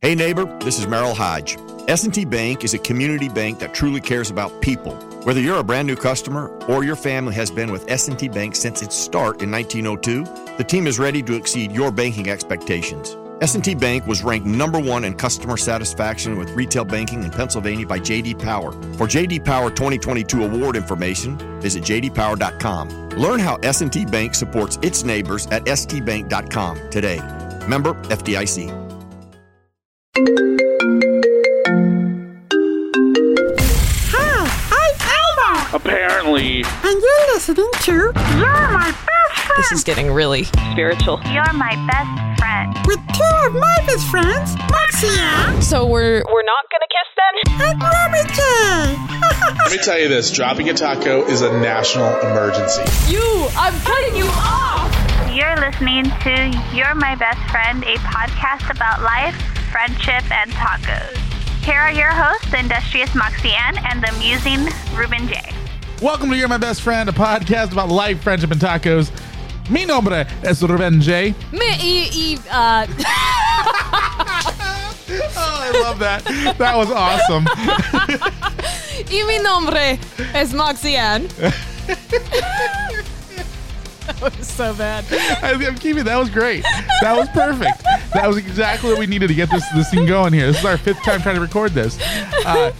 Hey neighbor, this is Merrill Hodge. S&T Bank is a community bank that truly cares about people. Whether you're a brand new customer or your family has been with S&T Bank since its start in 1902, the team is ready to exceed your banking expectations. S&T Bank was ranked number 1 in customer satisfaction with retail banking in Pennsylvania by JD Power. For JD Power 2022 award information, visit jdpower.com. Learn how S&T Bank supports its neighbors at stbank.com today. Member FDIC. Hi, I'm Elmo, Apparently. and you're listening to You're My Best Friend This is getting really spiritual. You're my best friend. with two of my best friends, Moxia So we're we're not gonna kiss then? and Robbie J. Let me tell you this dropping a taco is a national emergency. You, I'm cutting you off. You're listening to You're My Best Friend, a podcast about life, friendship, and tacos. Here are your hosts, the industrious Moxie Ann and the amusing Ruben J. Welcome to You're My Best Friend, a podcast about life, friendship, and tacos. Mi nombre es Ruben J. Me, e, e, uh, Oh, I love that. that was awesome. y mi nombre es Moxian. that was so bad. I, I'm keeping that was great. That was perfect. That was exactly what we needed to get this this thing going here. This is our fifth time trying to record this. Uh,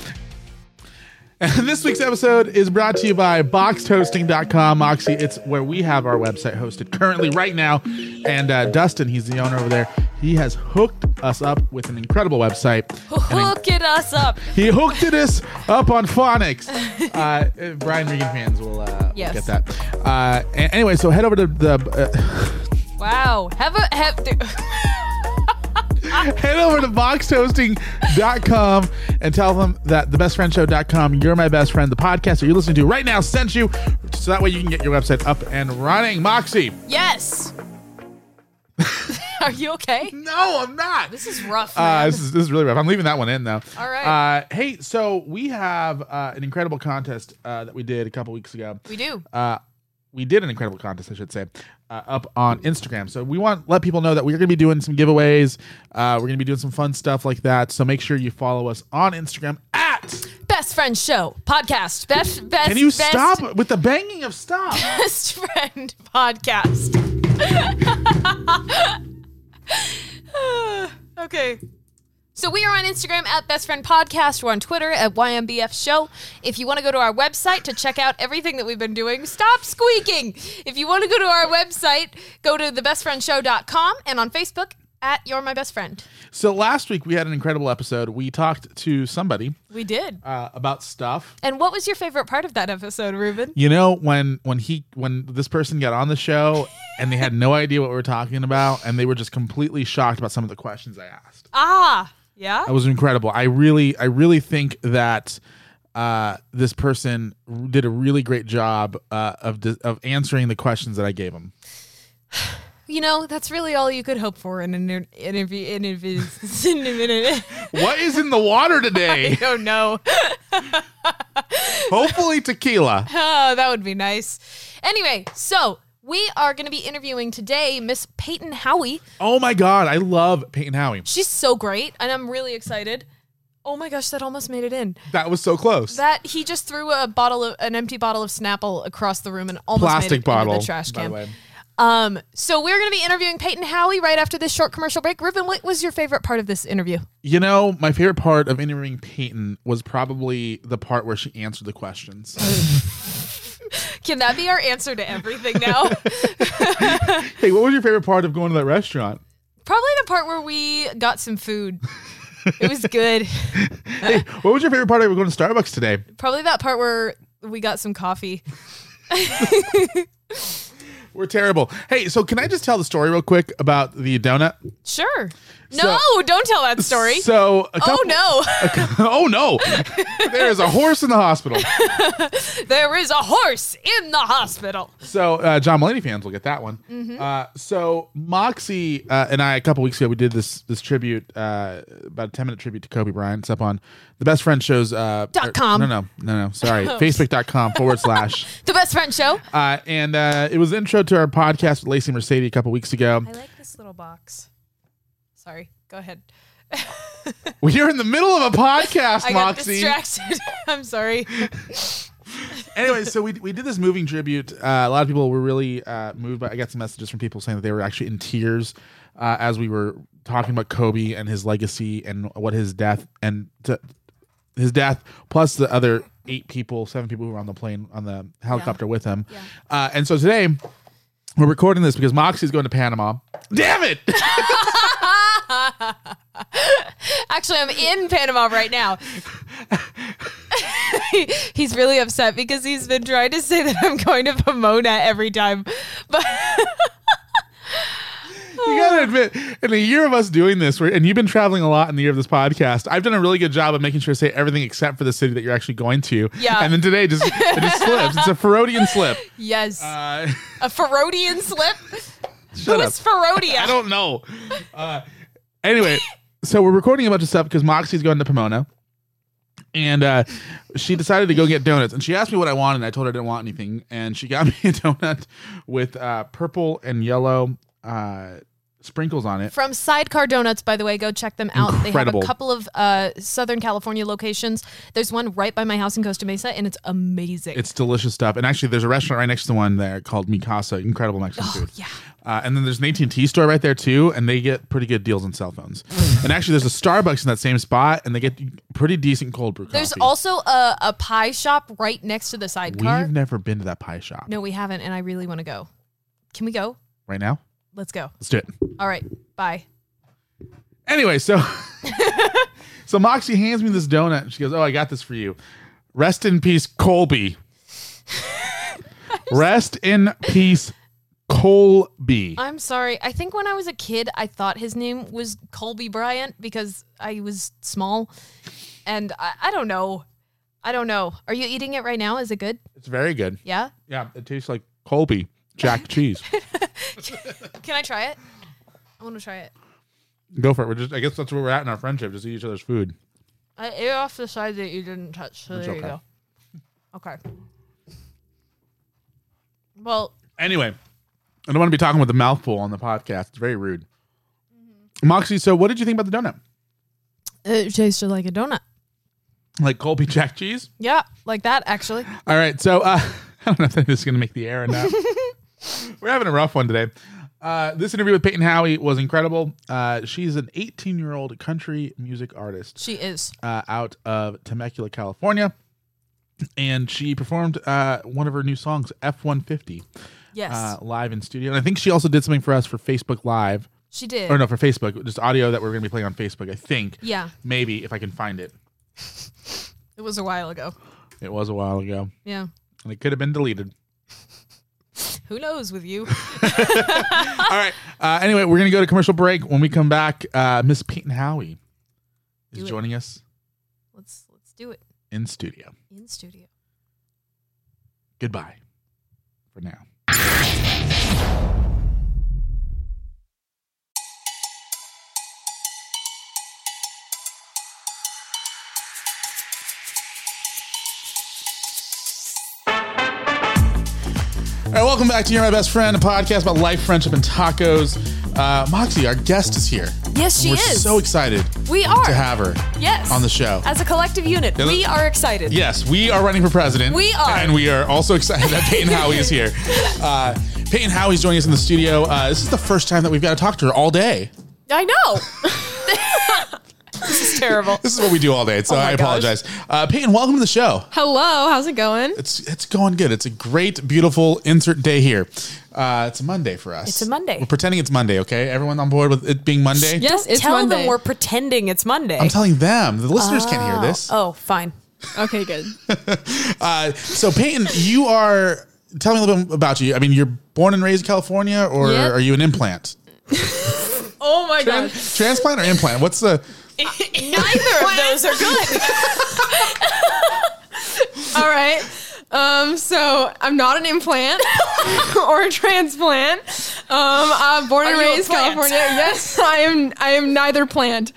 this week's episode is brought to you by boxedhosting.com Moxie. It's where we have our website hosted currently right now. And uh, Dustin, he's the owner over there. He has hooked us up with an incredible website. An in- Hook it us up. He hooked us up on phonics. Uh, uh, Brian Regan fans will, uh, will Yes. get that. Uh, a- anyway, so head over to the uh, Wow. Have a have. head over to boxhosting.com and tell them that the bestfriendshow.com, you're my best friend, the podcast that you're listening to right now sent you, so that way you can get your website up and running. Moxie, yes. Are you okay? no, I'm not. This is rough. Uh, man. this, is, this is really rough. I'm leaving that one in though. All right. Uh, hey, so we have uh, an incredible contest uh, that we did a couple weeks ago. we do. uh, we did an incredible contest, I should say, uh, up on Instagram. So we want let people know that we're going to be doing some giveaways. Uh, we're going to be doing some fun stuff like that. So make sure you follow us on Instagram at. Best friend show podcast. Best best. Can you best, stop with the banging of stop? Best friend podcast. okay. So we are on Instagram at Best Friend Podcast. We're on Twitter at YMBF Show. If you want to go to our website to check out everything that we've been doing, stop squeaking. If you want to go to our website, go to thebestfriendshow.com and on Facebook at You're My Best Friend. so last week we had an incredible episode. We talked to somebody We did. uh, about stuff. And what was your favorite part of that episode, Ruben? You know when when he when this person got on the show and they had no idea what we were talking about and they were just completely shocked about some of the questions I asked. Ah, yeah. That was incredible. I really, I really think that uh, this person r- did a really great job uh, of dis- of answering the questions that I gave him. You know, that's really all you could hope for in an inter- interview. interview I What is in the water today? don't know. Hopefully, tequila. Oh, that would be nice. Anyway, so we are going to be interviewing today Miss Peyton Howie. Oh my god, I love Peyton Howie. She's so great, and I'm really excited. Oh my gosh, that almost made it in. That was so close. That he just threw a bottle of an empty bottle of Snapple across the room and almost made it Plastic into bottle. the trash by the can. way. Um, so we're going to be interviewing Peyton Howie right after this short commercial break. Ruben, what was your favorite part of this interview? You know, my favorite part of interviewing Peyton was probably the part where she answered the questions. Can that be our answer to everything now? hey, what was your favorite part of going to that restaurant? Probably the part where we got some food. It was good. What was your favorite part of going to Starbucks today? Probably that part where we got some coffee. We're terrible. Hey, so can I just tell the story real quick about the donut? Sure. So- No, don't tell that story. So, a couple, oh no, oh no, there is a horse in the hospital. there is a horse in the hospital. So, uh, John Mulaney fans will get that one. Mm-hmm. Uh, so, Moxie uh, and I a couple weeks ago we did this this tribute, uh, about a ten minute tribute to Kobe Bryant. It's up on the Best Friend Shows uh, Dot or- com. Oh. No, no, no, no. Sorry, Facebook.com forward slash. The best friend show. Uh, and uh, it was intro to our podcast with Lacey Mercedes a couple weeks ago. I like this little box. Sorry. Go ahead. Well, you're in the middle of a podcast, I got Moxie. distracted. I'm sorry. anyway, so we, we did this moving tribute. Uh, a lot of people were really uh, moved by. I got some messages from people saying that they were actually in tears uh, as we were talking about Kobe and his legacy and what his death and to, his death plus the other eight people, seven people who were on the plane on the helicopter with him. Uh, and so today we're recording this because Moxie's going to Panama. Damn it! Actually, I'm in Panama right now. he's really upset because he's been trying to say that I'm going to Pomona every time. But You gotta admit, in the year of us doing this, we're- and you've been traveling a lot in the year of this podcast, I've done a really good job of making sure to say everything except for the city that you're actually going to. Yeah. And then today, just it just slips. It's a Ferodian slip. yes, Uh, a Ferodian slip. shut Who up. is Ferodia? I don't know. Uh, anyway, so we're recording a bunch of stuff because Moxie's going to Pomona, and uh, she decided to go get donuts. And she asked me what I wanted. And I told her I didn't want anything, and she got me a donut with uh, purple and yellow uh, sprinkles on it. From Sidecar Donuts, by the way, go check them out. They Incredible. have a couple of uh, Southern California locations. There's one right by my house in Costa Mesa, and it's amazing. It's delicious stuff. And actually, there's a restaurant right next to the one there called Mikasa. Incredible Mexican food. Oh, yeah. Uh, and then there's an AT and T store right there too, and they get pretty good deals on cell phones. Mm. and actually, there's a Starbucks in that same spot, and they get pretty decent cold brew. There's coffee. also a, a pie shop right next to the sidecar. We've never been to that pie shop. no, we haven't, and I really want to go. Can we go? Right now, Let's go. let's do it. All right. Bye. Anyway, so so Moxie hands me this donut. And she goes, "Oh, I got this for you. Rest in peace, Colby. Rest in peace, Colby." I'm sorry. I think when I was a kid, I thought his name was Colby Bryant because I was small. And I, I don't know. I don't know. Are you eating it right now? Is it good? It's very good. Yeah? Yeah, it tastes like Colby Jack cheese. Can I try it? I want to try it. Go for it. We're just. I guess that's where we're at in our friendship. Just eat each other's food. I ate off the side that you didn't touch. So It's there okay. you go. Okay. Well, Anyway, I don't want to be talking with a mouthful on the podcast. It's very rude. Moxie, so what did you think about the donut? it tasted like a donut. Like Colby Jack cheese? Yeah, like that actually. All right. So uh, I don't know if this is going to make the air or not. We're having a rough one today. Uh, this interview with Peyton Howie was incredible. Uh, she's an 18 year old country music artist. She is. uh, out of Temecula, California, and she performed uh, one of her new songs, F one fifty, uh, Yes. live in studio. And I think she also did something for us for Facebook Live, she did. or no, for Facebook, just audio that we're going to be playing on Facebook. I think. Yeah. Maybe if I can find it. It was a while ago. It was a while ago, Yeah. and it could have been deleted. Who knows with you? All right. Uh, anyway, we're going to go to commercial break. When we come back, uh, Miss Peyton Howie is Do it. joining us let's let's do it in studio. in studio. Goodbye for now. All right, welcome back to You're My Best Friend, a podcast about life, friendship, and tacos. Uh, Moxie, our guest, is here. Yes, she We're is. so excited we are. to have her yes. on the show. As a collective unit, look- we are excited. Yes, we are running for president. We are. And we are also excited that Peyton Howie is here. Uh, Peyton Howie's joining us in the studio. Uh, this is the first time that we've got to talk to her all day. I know. this is terrible. This is what we do all day, so Oh my I gosh. apologize. Uh, Peyton, welcome to the show. Hello, how's it going? It's it's going good. It's a great, beautiful insert day here. Uh, it's a Monday for us. It's a Monday. We're pretending it's Monday, okay? Everyone on board with it being Monday? Yes, it's Tell Monday. them we're pretending it's Monday. I'm telling them. The listeners can't hear this. oh, fine. okay, good. Uh, so, Peyton, you are. Tell me a little bit about you. I mean, you're born and raised in California, or Yep. are you an implant? Oh my god. Transplant or implant? What's the Neither of those are good. All right. Um, so I'm not an implant or a transplant. Um, I'm born and Are you a raised plant? California. Yes, I am. I am neither plant.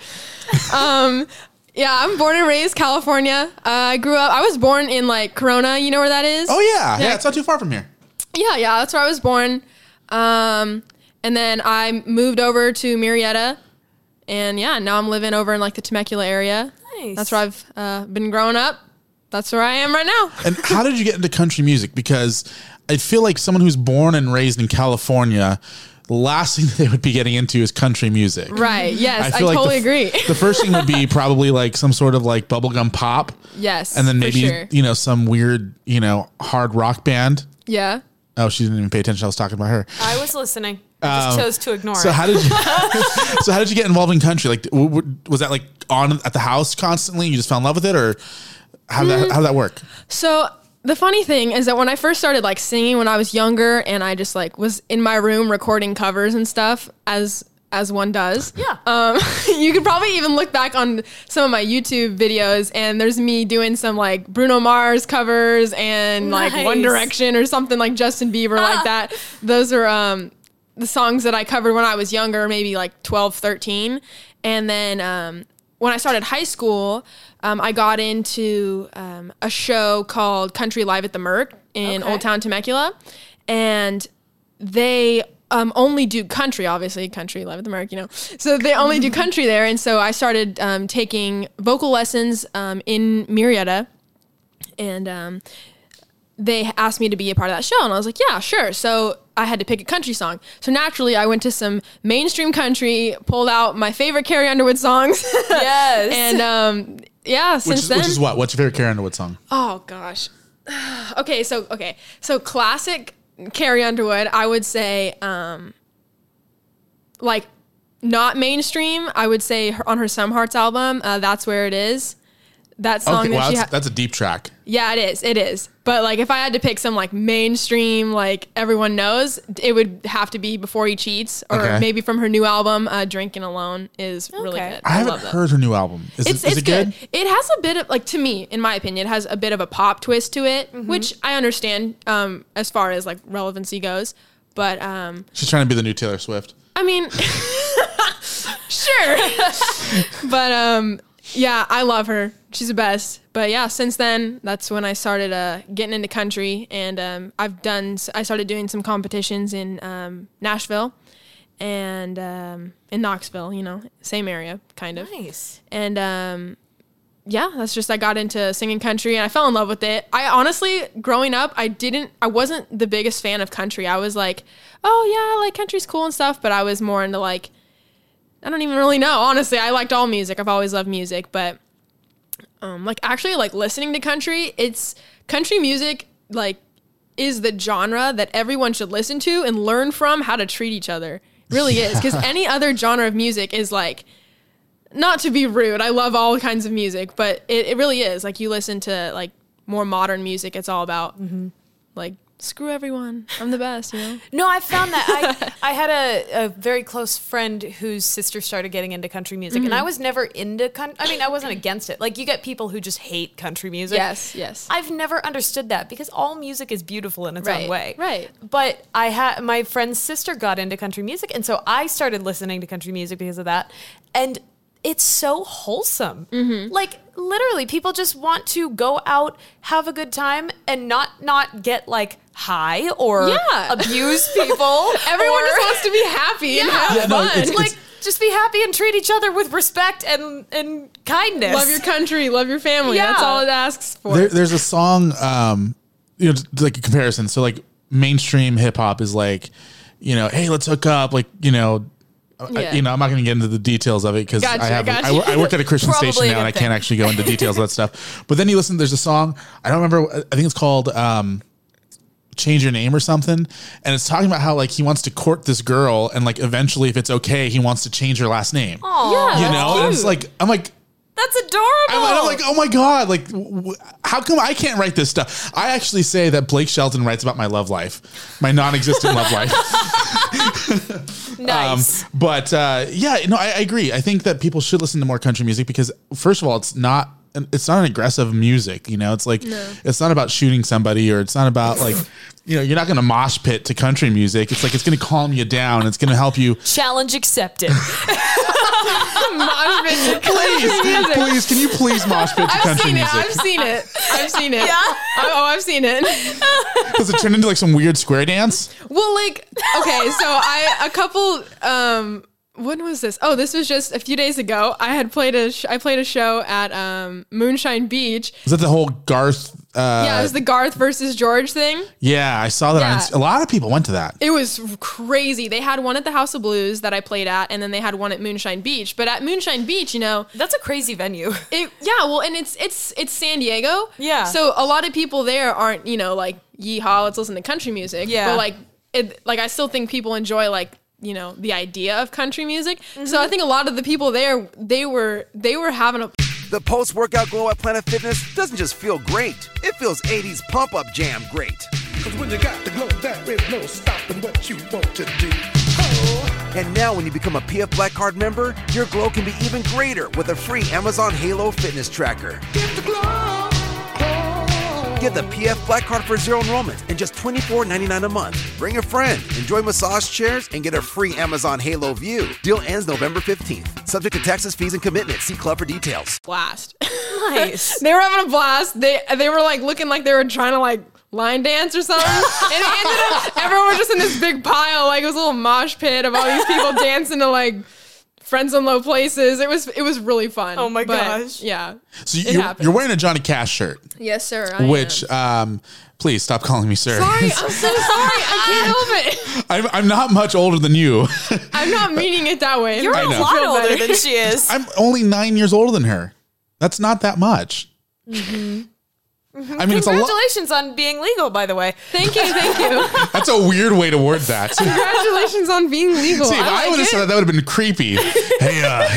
Um, yeah, I'm born and raised California. Uh, I grew up. I was born in like Corona. You know where that is? Oh yeah, yeah. It's not too far from here. Yeah, yeah, that's where I was born. Um, and then I moved over to Marietta And yeah, now I'm living over in like the Temecula area. Nice. That's where I've uh, been growing up. That's where I am right now. And how did you get into country music? Because I feel like someone who's born and raised in California, the last thing that they would be getting into is country music. Right. Yes, I, feel like totally the f- agree. the first thing would be probably like some sort of like bubblegum pop. yes. And then for maybe, sure. you know, some weird, you know, hard rock band. yeah. Oh, she didn't even pay attention. I was talking about her. Oh, I was listening. I Um, just chose to ignore So it. how did you, so how did you get involved in country? Like, w- w- was that like on at the house constantly? You just fell in love with it, or how did Mm. that how did that work? So the funny thing is that when I first started like singing when I was younger and I just like was in my room recording covers and stuff as as one does. Yeah. Um, you could probably even look back on some of my YouTube videos and there's me doing some like Bruno Mars covers and like One Nice. Direction or something like Justin Bieber like that. Those are um the songs that I covered when I was younger, maybe like 12, 13. And then um, when I started high school, um, I got into um, a show called Country Live at the Merck in Okay. Old Town Temecula. And they um, only do country, obviously, country, Live at the Merck, you know. So they only do country there. And so I started um, taking vocal lessons um, in Murrieta. And um, they asked me to be a part of that show and I was like, yeah, sure. So I had to pick a country song. So naturally, I went to some mainstream country, pulled out my favorite Carrie Underwood songs. yes. and um yeah, Which since is, then which is what? What's your favorite Karen Underwood song? Oh gosh. okay, so okay. So classic Carrie Underwood, I would say um like not mainstream, I would say her, on her Some Hearts album, uh, that's where it is. That song okay, that wow, she that's, ha- that's a deep track. yeah, it is. It is. But like, if I had to pick some like mainstream, like everyone knows, it would have to be "Before He Cheats" or Okay. maybe from her new album, uh, "Drinking Alone" is really Okay. good. I, I, haven't love that. heard her new album. Is, It's, it, is it's it good. good? It has a bit of like to me, in my opinion, it has a bit of a pop twist to it, which I understand um, as far as like relevancy goes. But um, She's trying to be the new Taylor Swift. I mean, sure. but um, yeah, I love her. She's the best. But yeah, since then, that's when I started uh, getting into country, and um, I've done. I started doing some competitions in um, Nashville and um, in Knoxville. You know, same area, kind of nice. and um yeah that's just i got into singing country and i fell in love with it i honestly growing up i didn't i wasn't the biggest fan of country i was like oh yeah like country's cool and stuff but i was more into like i don't even really know honestly i liked all music i've always loved music but um like actually like listening to country it's country music like is the genre that everyone should listen to and learn from how to treat each other It really is because any other genre of music is like not to be rude, I love all kinds of music, but it, it really is. Like you listen to like more modern music, it's all about like screw everyone. I'm the best, you know? No, I found that I, I had a, a very close friend whose sister started getting into country music, and I was never into country. I mean, I wasn't against it. Like, you get people who just hate country music. Yes, yes. I've never understood that because all music is beautiful in its own Right, way. right. But I had my friend's sister got into country music, and so I started listening to country music because of that. And it's so wholesome. Mm-hmm. Like literally, people just want to go out, have a good time, and not not get like high or Yeah. abuse people. Everyone or- just wants to be happy and have Yeah, no, fun. it's- like just be happy and treat each other with respect and and kindness. love your country, love your family. That's Yeah. all it asks for. There, there's a song, um, you know, t- like a comparison. So like mainstream hip hop is like, you know, hey, let's hook up. Like, you know, uh, I, Yeah. you know, I'm not going to get into the details of it because Gotcha, I have gotcha. I, wo- I work at a Christian Probably station a now good and I thing. can't actually go into details of that stuff. But then you listen, there's a song I don't remember. I think it's called um, "Change Your Name" or something, and it's talking about how like he wants to court this girl and like eventually, if it's okay, he wants to change her last name. yeah, you that's know, and it's cute. like I'm like. That's adorable. I'm, like- I'm like, oh my god! Like, w- w- how come I can't write this stuff? I actually say that Blake Shelton writes about my love life, my non-existent love life. Um, nice. but uh, yeah, no, I, I agree. I think that people should listen to more country music because, first of all, it's not it's not an aggressive music. You know, it's like it's not about shooting somebody or it's not about like you know you're not going to mosh pit to country music. It's like it's going to calm you down. It's going to help you. Challenge accepted. Mosh pit to Please, country music. please, can you please mosh pit to I've country seen it. music? I've seen it. I've seen it. I- oh, I've seen it. Does it turn into like some weird square dance? Well, like, okay, so I a couple um when was this? Oh, this was just a few days ago. I had played a sh- I played a show at um, Moonshine Beach. Is that the whole Garth? Uh, yeah, it was the Garth versus George thing. yeah, I saw that. On, Yeah. Inst- a lot of people went to that. It was crazy. They had one at the House of Blues that I played at, and then they had one at Moonshine Beach. But at Moonshine Beach, you know, That's a crazy venue. it yeah, well, and it's it's it's San Diego. Yeah. So a lot of people there aren't you know like yeehaw, let's listen to country music. Yeah. But like it like I still think people enjoy like you know the idea of country music. Mm-hmm. So I think a lot of the people there they were they were having a The post workout glow at Planet Fitness doesn't just feel great, it feels 80s pump up jam great. Cause when you got the glow, there is no stopping what you want to do. And now, when you become a PF Black Card member, your glow can be even greater with a free Amazon Halo fitness tracker. Get the glow. glow. Get the PF Black Card for zero enrollment and just $24.99 a month. Bring a friend, enjoy massage chairs, and get a free Amazon Halo View. Deal ends November 15th. Subject to taxes, fees, and commitment. See Club for details. blast. Nice. they were having a blast. They they were like looking like they were trying to like line dance or something. and it ended up everyone was just in this big pile, like it was a little mosh pit of all these people dancing to like friends in low places. It was it was really fun. Oh my But, gosh. Yeah. So It you're, happens. you're wearing a Johnny Cash shirt, Yes, sir. which um, please stop calling me sir. sorry, I'm so sorry. I can't help it. I'm, I'm not much older than you. I'm not meaning it that way. You're I a know. lot Feel older better. than she is. I'm only nine years older than her. That's not that much. I mean, it's a lot. Mm-hmm. Congratulations on being legal, by the way. Thank you, thank you. That's a weird way to word that. See, if Congratulations on being legal. I I, like would have it. said that, that would have been creepy. hey, uh,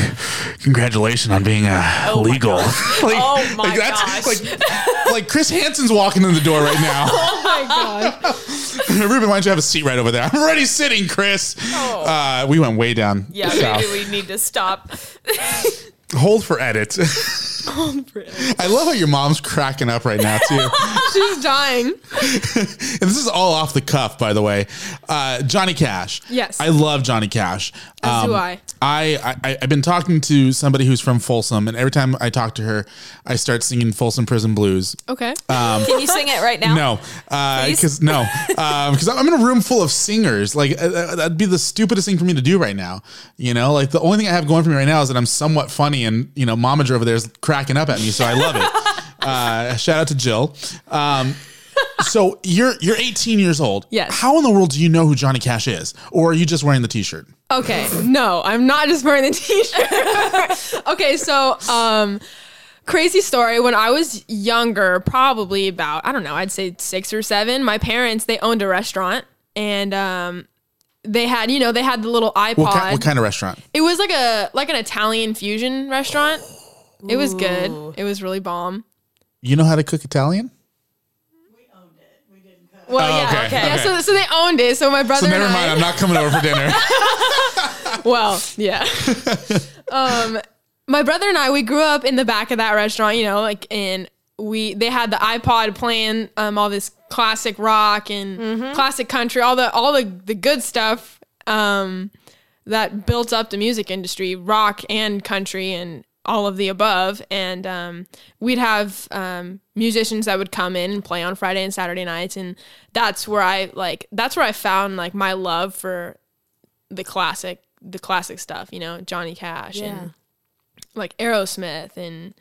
congratulations on being uh, legal. like, Oh my gosh. like, like Chris Hansen's walking in the door right now. Oh my god. Ruben, why don't you have a seat right over there? I'm already sitting, Chris. Oh. Uh, we went way down. Yeah, south. maybe we need to stop. Hold for edit. I love how your mom's cracking up right now too. She's dying. and this is all off the cuff, by the way. Uh, Johnny Cash. Yes. I love Johnny Cash. Um, As do I. I, I I've been talking to somebody who's from Folsom, and every time I talk to her, I start singing Folsom Prison Blues. Okay. Can you sing it right now? No, Please? because no, because I'm in a room full of singers. Like uh, uh, that'd be the stupidest thing for me to do right now. You know, like the only thing I have going for me right now is that I'm somewhat funny, and you know, momager over there is cracking up at me, so I love it. uh, shout out to Jill. Um, so you're you're 18 years old. Yes. How in the world do you know who Johnny Cash is, or are you just wearing the T-shirt? Okay, no, I'm not just wearing the t-shirt. okay, so um crazy story when I was younger, probably about I don't know, I'd say 6 or 7, my parents they owned a restaurant and um they had, you know, they had the little iPod. What, ki- what kind of restaurant? It was like a like an Italian fusion restaurant. It was good. It was really bomb. You know how to cook Italian? Well, yeah. Oh, okay, Yeah, okay. so so they owned it. So my brother So never and I, mind. I'm not coming over for dinner. Well, yeah. um, my brother and I, we grew up in the back of that restaurant, you know, like, and we they had the iPod playing um, all this classic rock and classic country, all the all the the good stuff um, that built up the music industry, rock and country and all of the above. And um, we'd have um, musicians that would come in and play on Friday and Saturday nights, and that's where I like that's where I found like my love for the classic the classic stuff you know johnny cash and like aerosmith and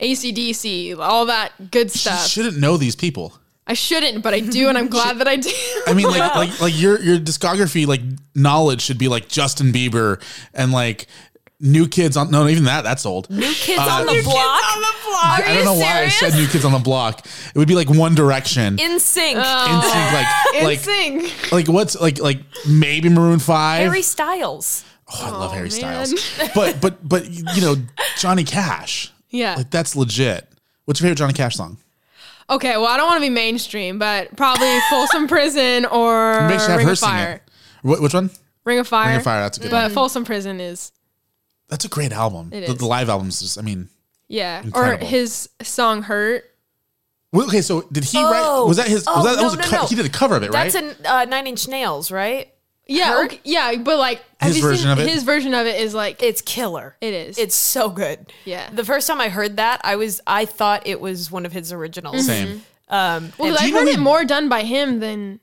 acdc all that good you stuff shouldn't know these people. i shouldn't but i do and i'm glad that i do I mean, like, like, like your your discography, like knowledge should be like Justin Bieber and like New Kids on. No, even that that's old. New kids Uh, on the New Kids block. on the block. I don't know why I said New Kids on the Block. It would be like One Direction. in sync. Oh. NSYNC, like, like, sing like what's like, like maybe Maroon Five. Harry Styles. oh, I love Harry man. Styles. But, but, but you know, Johnny Cash. yeah Like that's legit. What's your favorite Johnny Cash song? okay well i don't want to be mainstream but probably folsom prison or Make sure have ring her of sing fire it. Wh- which one? ring of fire Ring of Fire. That's a good but one. folsom prison is That's a great album. It The, is. the live album's just. I mean, yeah Incredible. or his song hurt Well, okay, so did he Oh. write? Was that his? Oh, was that, that no, was a no, co- no. He did a cover of it, That's right? in uh, Nine Inch Nails, right? yeah Hurt? okay, yeah but like have His you version seen- of it? his version of it is like It's killer. It is. It's so good. Yeah. The first time I heard that, I was I thought it was one of his originals. Same. Um, Well, and- I've you know heard he- it Mm-hmm. more done by him than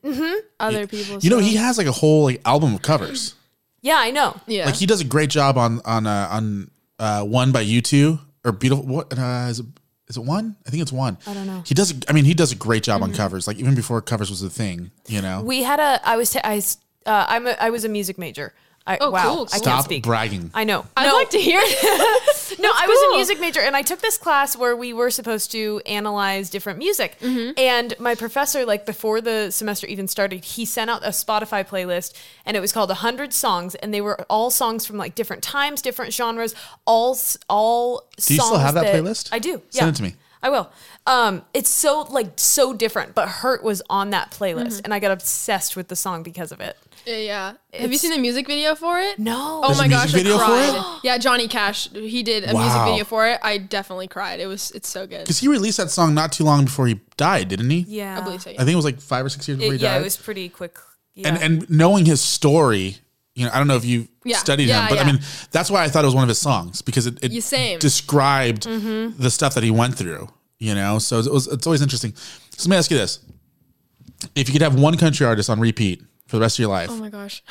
other people. You know, so- Hmm. he has like a whole like album of covers. Yeah, I know. Yeah. Like he does a great job on on uh, on uh, one by you two or beautiful. What uh, is it? Is it one? I think it's one. I don't know. He does. I mean, he does a great job on covers. Like even before covers was a thing, you know. Mm-hmm. We had a. I was. T- I. s- Uh, I'm. A, I was a music major. I, Oh, wow. cool, I cool. can't Stop speak. bragging. I know. I'd no, like to hear that. no, I was cool. a music major, and I took this class where we were supposed to analyze different music. Mm-hmm. And my professor, like before the semester even started, he sent out a Spotify playlist, and it was called "100 Songs," and they were all songs from like different times, different genres, all s- all. Do you still songs have that playlist? I do. Send yeah. it to me. I will. Um, it's so like so different, but Hurt was on that Mm-hmm. playlist, and I got obsessed with the song because of it. yeah. Have you seen the music video for it? No. Oh There's my a music gosh, I video for cried. it? yeah, Johnny Cash, he did a music Wow. video for it. I definitely cried. It was it's so good. Because he released that song not too long before he died, didn't he? Yeah, I believe so. yeah. I think it was like five or six years before It- he died. yeah, it was pretty quick. Yeah. and and knowing his story, you know, I don't know if you Yeah. studied Yeah, him, but I yeah. mean, that's why I thought it was one of his songs because it, You it same. Mm-hmm. described the stuff that he went through. You know, so it was it's always interesting. So let me ask you this: If you could have one country artist on repeat for the rest of your life, Oh my gosh.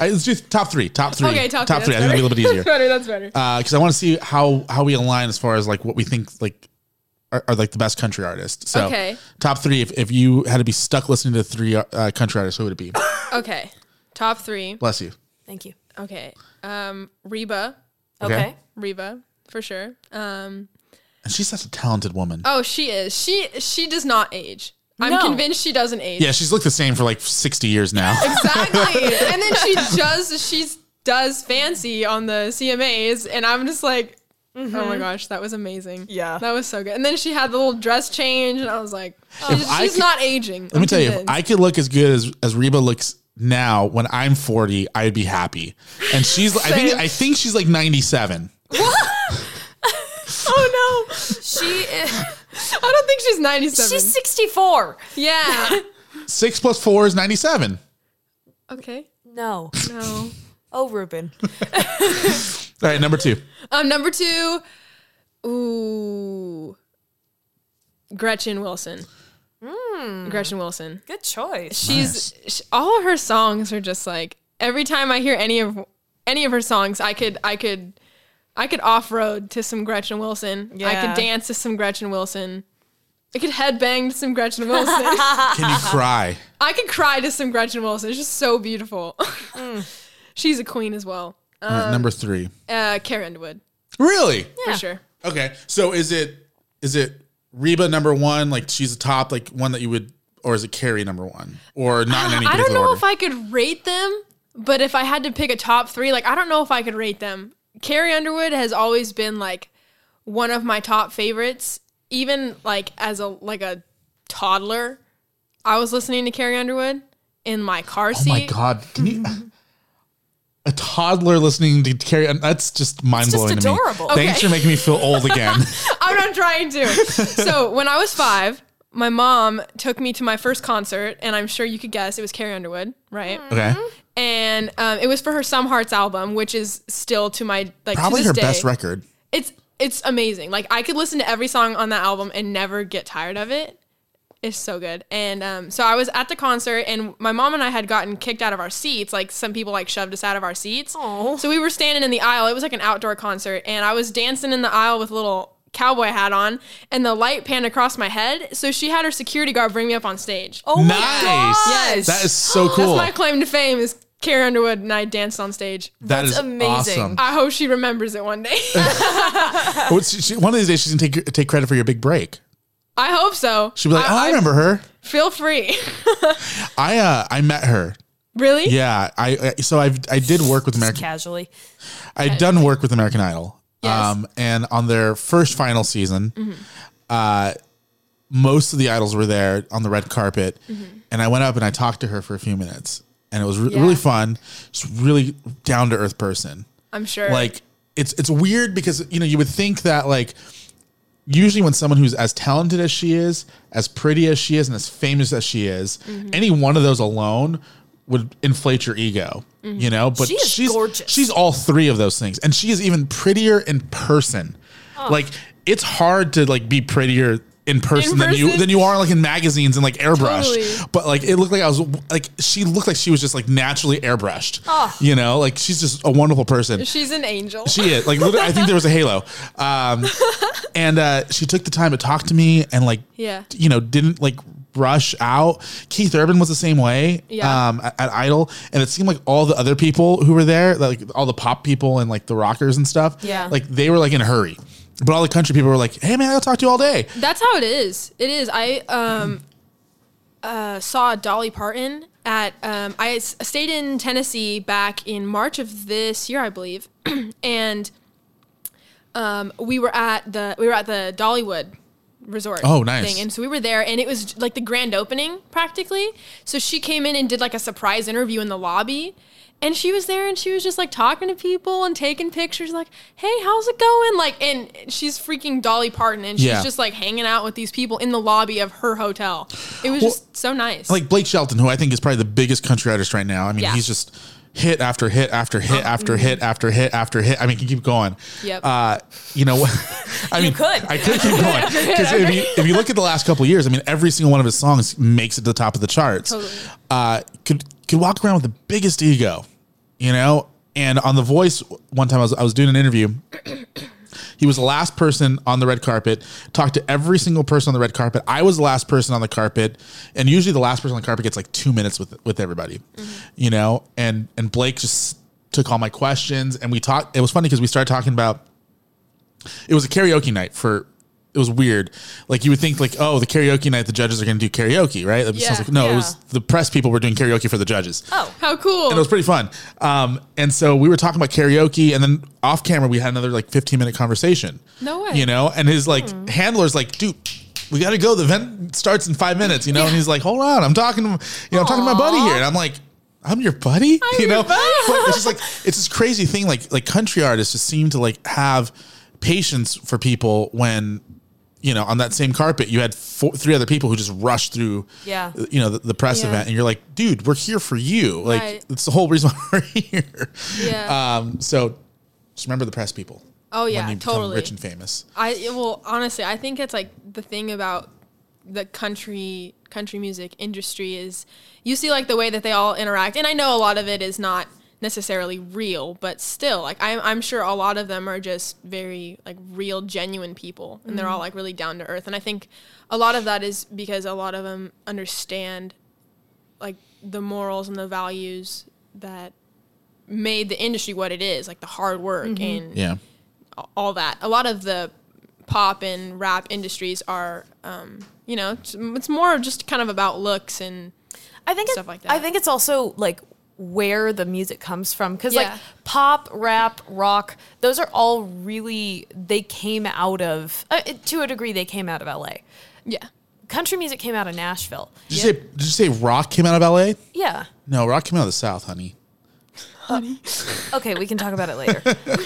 I- let's do top three, top three, Okay, top, three. three. I think it'll be a little bit easier Uh, That's better. That's better. because I want to see how how we align as far as like what we think like are, are like the best country artists. So Okay. top three. If, if you had to be stuck listening to three uh, country artists, who would it be? okay. Top three. Bless you. Thank you. Okay. Um, Reba. Okay. Okay. Reba, for sure. Um, And she's such a talented woman. oh, she is. She she does not age. I'm No. convinced she doesn't age. Yeah, she's looked the same for like 60 years now. Exactly. and then she does she does fancy on the CMAs, and I'm just like, oh my gosh, that was amazing. Mm-hmm. Yeah. that was so good. And then she had the little dress change, and I was like, she's, I she's could- not aging. Let me tell you, if I could look as good as, as Reba looks now when I'm 40, I'd be happy. And she's, I think, Same. I think she's like 97. oh no, She is. I don't think she's 97. She's 64. yeah. Six plus four is 97. okay. No. No. Oh, Ruben. All right, number two. Um, number two. Ooh. Gretchen Wilson. Hmm. Gretchen Wilson. Good choice. She's sh all her songs are just like every time I hear any of any of her songs, I could I could I could off road to some Gretchen Wilson. I Yeah. could dance to some Gretchen Wilson. I could headbang to some Gretchen Wilson. Can you cry? I could cry to some Gretchen Wilson. It's just so beautiful. Mm. She's a queen as well. All right, number three. Uh, Karen Underwood Really? for sure. Okay. So is it, is it Reba number one? Like she's the top, like one that you would, or is it Carrie number one? Or not in any I particular don't know order? if I could rate them, but if I had to pick a top three, like I don't know if I could rate them. Carrie Underwood has always been like one of my top favorites, even like as a like a toddler. I was listening to Carrie Underwood in my car Oh seat. my god! Can you? A toddler listening to Carrie, and that's just mind blowing to me. adorable. Thanks Okay. Mm-hmm. for making me feel old again. I'm not trying to. so when I was five, my mom took me to my first concert, and I'm sure you could guess it was Carrie Underwood, right? okay, And um, it was for her Some Hearts album, which is still to my like probably to her this day, best record. it's it's amazing. Like I could listen to every song on that album and never get tired of it. It's so good. And um, so I was at the concert, and my mom and I had gotten kicked out of our seats. Like some people like shoved us out of our seats. So we were standing in the aisle. It was like an outdoor concert, and I was dancing in the aisle with a little cowboy hat on, and the light panned across my head. So she had her security guard bring me up on stage. Oh, my Nice. God. Yes. That is so Mm, cool. That's my claim to fame is Carrie Underwood and I danced on stage. That is amazing. awesome. I hope she remembers it one day. Oh, she- she- one of these days, she's gonna take take credit for your big break. I hope so. She'll be like, "Oh, I, remember her. Feel free. I uh, I met her. really? Yeah, I I- so I've I did work with American. Casually. I'd done work with American Idol. Yes. Um, and on their first final season, uh, most of the idols were there on the red carpet. And I went up and I talked to her for a few minutes. And it was re- really fun. She's a really down to earth person. I'm sure. Like, it's, it's weird because, you know, you would think that, like, usually when someone who's as talented as she is, as pretty as she is, and as famous as she is, any one of those alone would inflate your ego. You know, but She is she's gorgeous. She's all three of those things, and she is even prettier in person. Like it's hard to like be prettier in person, In than you person? than you are like in magazines and like airbrushed. Totally. But like it looked like I was like she looked like she was just like naturally airbrushed. Oh. You know, like she's just a wonderful person. She's an angel. She is like literally, I think there was a halo, um, and uh, she took the time to talk to me and like Yeah. you know didn't like rush out. Keith Urban was the same way Yeah. um, at, at Idol, and it seemed like all the other people who were there, like all the pop people and like the rockers and stuff, Yeah. like they were like in a hurry. But all the country people were like, "Hey man, I'll talk to you all day." That's how it is. It is. I um, uh, saw Dolly Parton at. Um, I s- stayed in Tennessee back in March of this year, I believe, and um, we were at the we were at the Dollywood resort. Oh, nice. Thing. And so we were there, and it was j- like the grand opening practically. So she came in and did like a surprise interview in the lobby. And she was there and she was just like talking to people and taking pictures, like, hey, how's it going? Like, and she's freaking Dolly Parton and she's Yeah. just like hanging out with these people in the lobby of her hotel. It was Well, just so nice. Like Blake Shelton, who I think is probably the biggest country artist right now. I mean, Yeah. he's just hit after hit after hit after hit after hit after hit. I mean, can keep going. Yep. Uh, you know, I mean, could. I could keep going because after if you if you look at the last couple of years, I mean, every single one of his songs makes it to the top of the charts. Totally. Uh, could could walk around with the biggest ego, you know. And on The Voice, one time I was I was doing an interview. He was the last person on the red carpet, talked to every single person on the red carpet. I was the last person on the carpet, and usually the last person on the carpet gets like two minutes with with everybody, you know. And and Blake just took all my questions, and we talked. It was funny because we started talking about. It was a karaoke night for. It was weird. Like you would think, like, oh, the karaoke night, the judges are going to do karaoke, right? That Yeah. sounds like no. It Yeah. was the press people were doing karaoke for the judges. Oh. how cool. And it was pretty fun. Um, and so we were talking about karaoke, and then off camera we had another like 15 minute conversation. No way. Hmm. You know, and his like handler's like, dude, we got to go. The event starts in five minutes. You know, and he's like, hold on, I'm talking, to, you know, I'm talking to my buddy here, and I'm like. I'm your buddy, I'm you your know. buddy. But it's just like it's this crazy thing. Like like country artists just seem to like have patience for people when you know on that same carpet you had four, three other people who just rushed through. Yeah. You know the, the press Yeah. event, and you're like, dude, we're here for you. Like Right. it's the whole reason why we're here. Yeah. Um, so just remember the press people. oh, yeah, when you become totally. rich and famous. I it- well, honestly, I think it's like the thing about the country country music industry is you see like the way that they all interact, and I know a lot of it is not necessarily real, but still, like I'm I'm sure a lot of them are just very like real, genuine people, and they're all like really down to earth, and I think a lot of that is because a lot of them understand like the morals and the values that made the industry what it is, like the hard work and Yeah. all that. A lot of the pop and rap industries are, um, you know, it's, it's more just kind of about looks and I think Stuff it- like that. I think it's also like where the music comes from because Yeah. like pop, rap, rock, those are all really they came out of uh, to a degree they came out of LA. yeah, Country music came out of Nashville. Did you say Did you say rock came out of L.A.? Yeah. No, rock came out of the South, honey. Okay, we can talk about it later.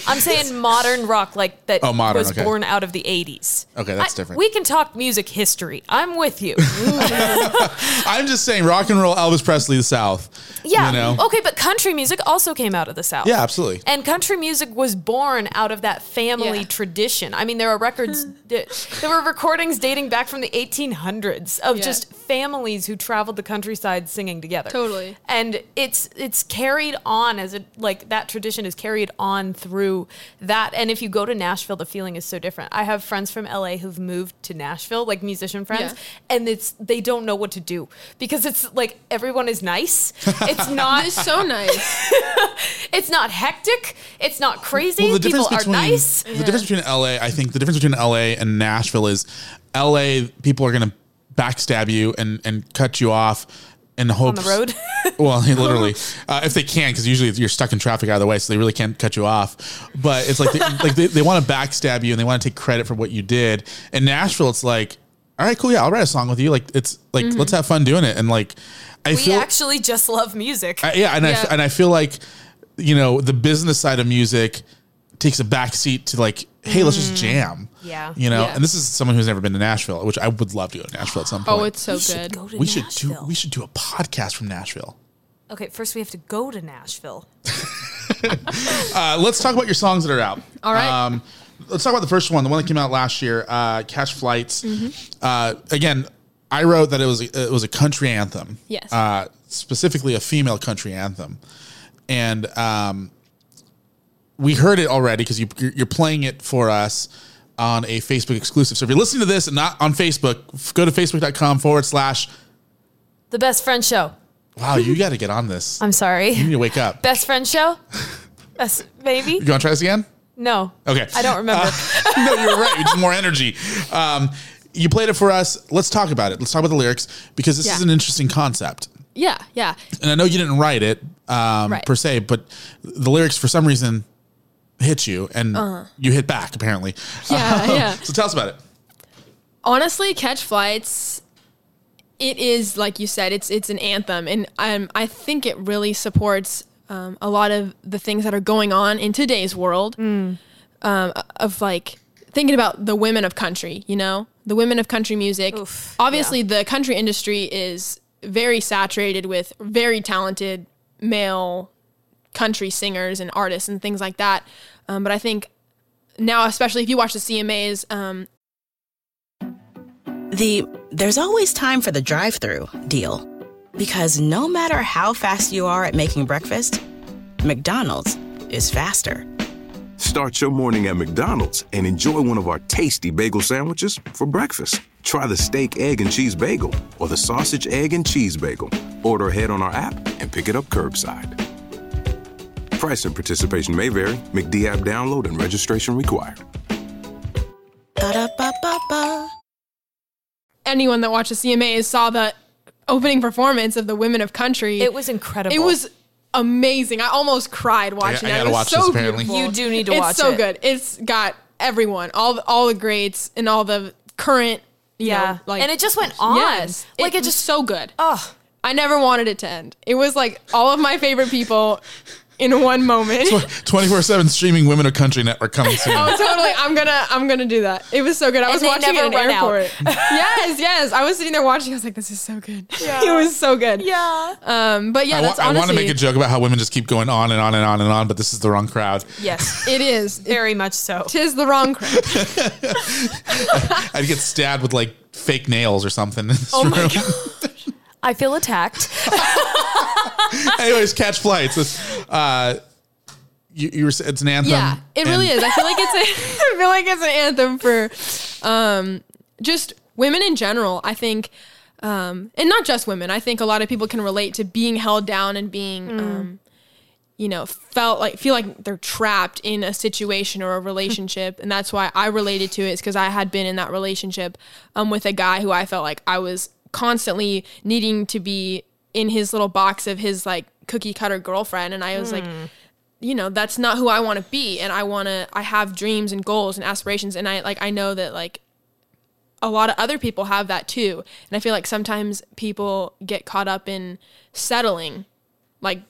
I'm saying modern rock, like that Oh, modern, was okay. born out of the 80s. Okay, that's I- different. We can talk music history. I'm with you. I'm just saying, rock and roll, Elvis Presley, the South. Yeah. You know? Okay, but country music also came out of the South. Yeah, absolutely. And country music was born out of that family Yeah. Hmm. tradition. I mean, there are records, that- there were recordings dating back from the 1800s of Yeah. just families who traveled the countryside singing together. Totally. And it's it's carried on as a like that tradition is carried on through that. And if you go to Nashville, the feeling is so different. I have friends from LA who've moved to Nashville, like musician friends, Yeah. and it's they don't know what to do because it's like everyone is nice. It's not it's so nice. it's not hectic. It's not crazy. Well, People are nice. The difference between LA, I think the difference between LA and Nashville is LA people are going to backstab you and and cut you off in hopes road? well, literally, uh, if they can, because usually you're stuck in traffic either way, so they really can't cut you off. But it's like they, like they, they want to backstab you and they want to take credit for what you did. In Nashville, it's like, all right, cool, yeah, I'll write a song with you. Like it's like let's have fun doing it. And like I Mm-hmm. We feel actually just love music. I- yeah, and Yeah. I and I feel like you know the business side of music takes a backseat to like, hey, let's just jam. Yeah. you know. Mm. Yeah. And this is someone who's never been to Nashville, which I would love to go to Nashville at some point. Oh, it's so we should good. go to we Nashville. should do we should do a podcast from Nashville. okay, first we have to go to Nashville. Uh, let's talk about your songs that are out. All right. Um, let's talk about the first one, the one that came out last year, uh, "Cash Flights." Mm-hmm. Uh, again, I wrote that it was it was a country anthem. Yes. uh, specifically a female country anthem, and um, we heard it already because you you're playing it for us on a Facebook exclusive. So if you're listening to this and not on Facebook, f- go to facebook.com forward slash. The best friend show. Wow, you got to get on this. I'm You need sorry. to wake up. Best friend show? Best, maybe? You want to try this again? No. Okay. I don't remember. Uh, no, you're right. It's more energy. Um, you played it for us. Let's talk about it. Let's talk about the lyrics because this Yeah. is an interesting concept. Yeah, yeah. And I know you didn't write it um, Right. per se, but the lyrics for some reason hit you and you hit back apparently. Yeah, Uh-huh. yeah. So tell us about it. honestly, catch flights. It is like you said. It's it's an anthem, and um, I think it really supports um, a lot of the things that are going on in today's world. Um, of like thinking about the women of country, you know, the women of country music. Oof, Obviously, the country industry is very saturated with very talented male country singers and artists and things like that. Um, but I think now, especially if you watch the CMAs, um, The there's always time for the drive through deal. Because no matter how fast you are at making breakfast, McDonald's is faster. Start your morning at McDonald's and enjoy one of our tasty bagel sandwiches for breakfast. Try the steak, egg, and cheese bagel or the sausage, egg, and cheese bagel. Order ahead on our app and pick it up curbside. Price and participation may vary. McD app download and registration required. Ba-da-ba-ba-ba. anyone that watched the CMAs saw the opening performance of the Women of Country. It was incredible. it was amazing. I almost cried watching I that. gotta it. was watch so this, apparently. beautiful. You do need to it's watch so it. good. It's got everyone, all the, all the greats and all the current. You Yeah. know, like And it just went on. Yes, Like, it was just- so good. oh, I never wanted it to end. It was like all of my favorite people in one moment. 24 7 streaming Women of Country Network coming soon. Oh, totally. I'm gonna I'm gonna do that. It was so good. I was they watching it never in an run out. airport. yes, yes. I was sitting there watching. I was like, this is so good. it was so good. yeah. Um, but yeah, I, wa- that's I want to honestly. make a joke about how women just keep going on and on and on and on, but this is the wrong crowd. Yes. It is. It Very much so. is the wrong crowd. I'd get stabbed with like fake nails or something. In Oh this room. I feel attacked. Anyways, catch flights. It's, uh, you, you were, s- it's an anthem. Yeah, it really and is. I feel like it's a, I feel like it's an anthem for um, just women in general. I think, um, and not just women. I think a lot of people can relate to being held down and being, um, you know, felt like feel like they're trapped in a situation or a relationship, and that's why I related to it is because I had been in that relationship um, with a guy who I felt like I was constantly needing to be in his little box of his like cookie cutter girlfriend, and I was like you know that's not who i want to be and i want to i have dreams and goals and aspirations and i like i know that like a lot of other people have that too and i feel like sometimes people get caught up in settling like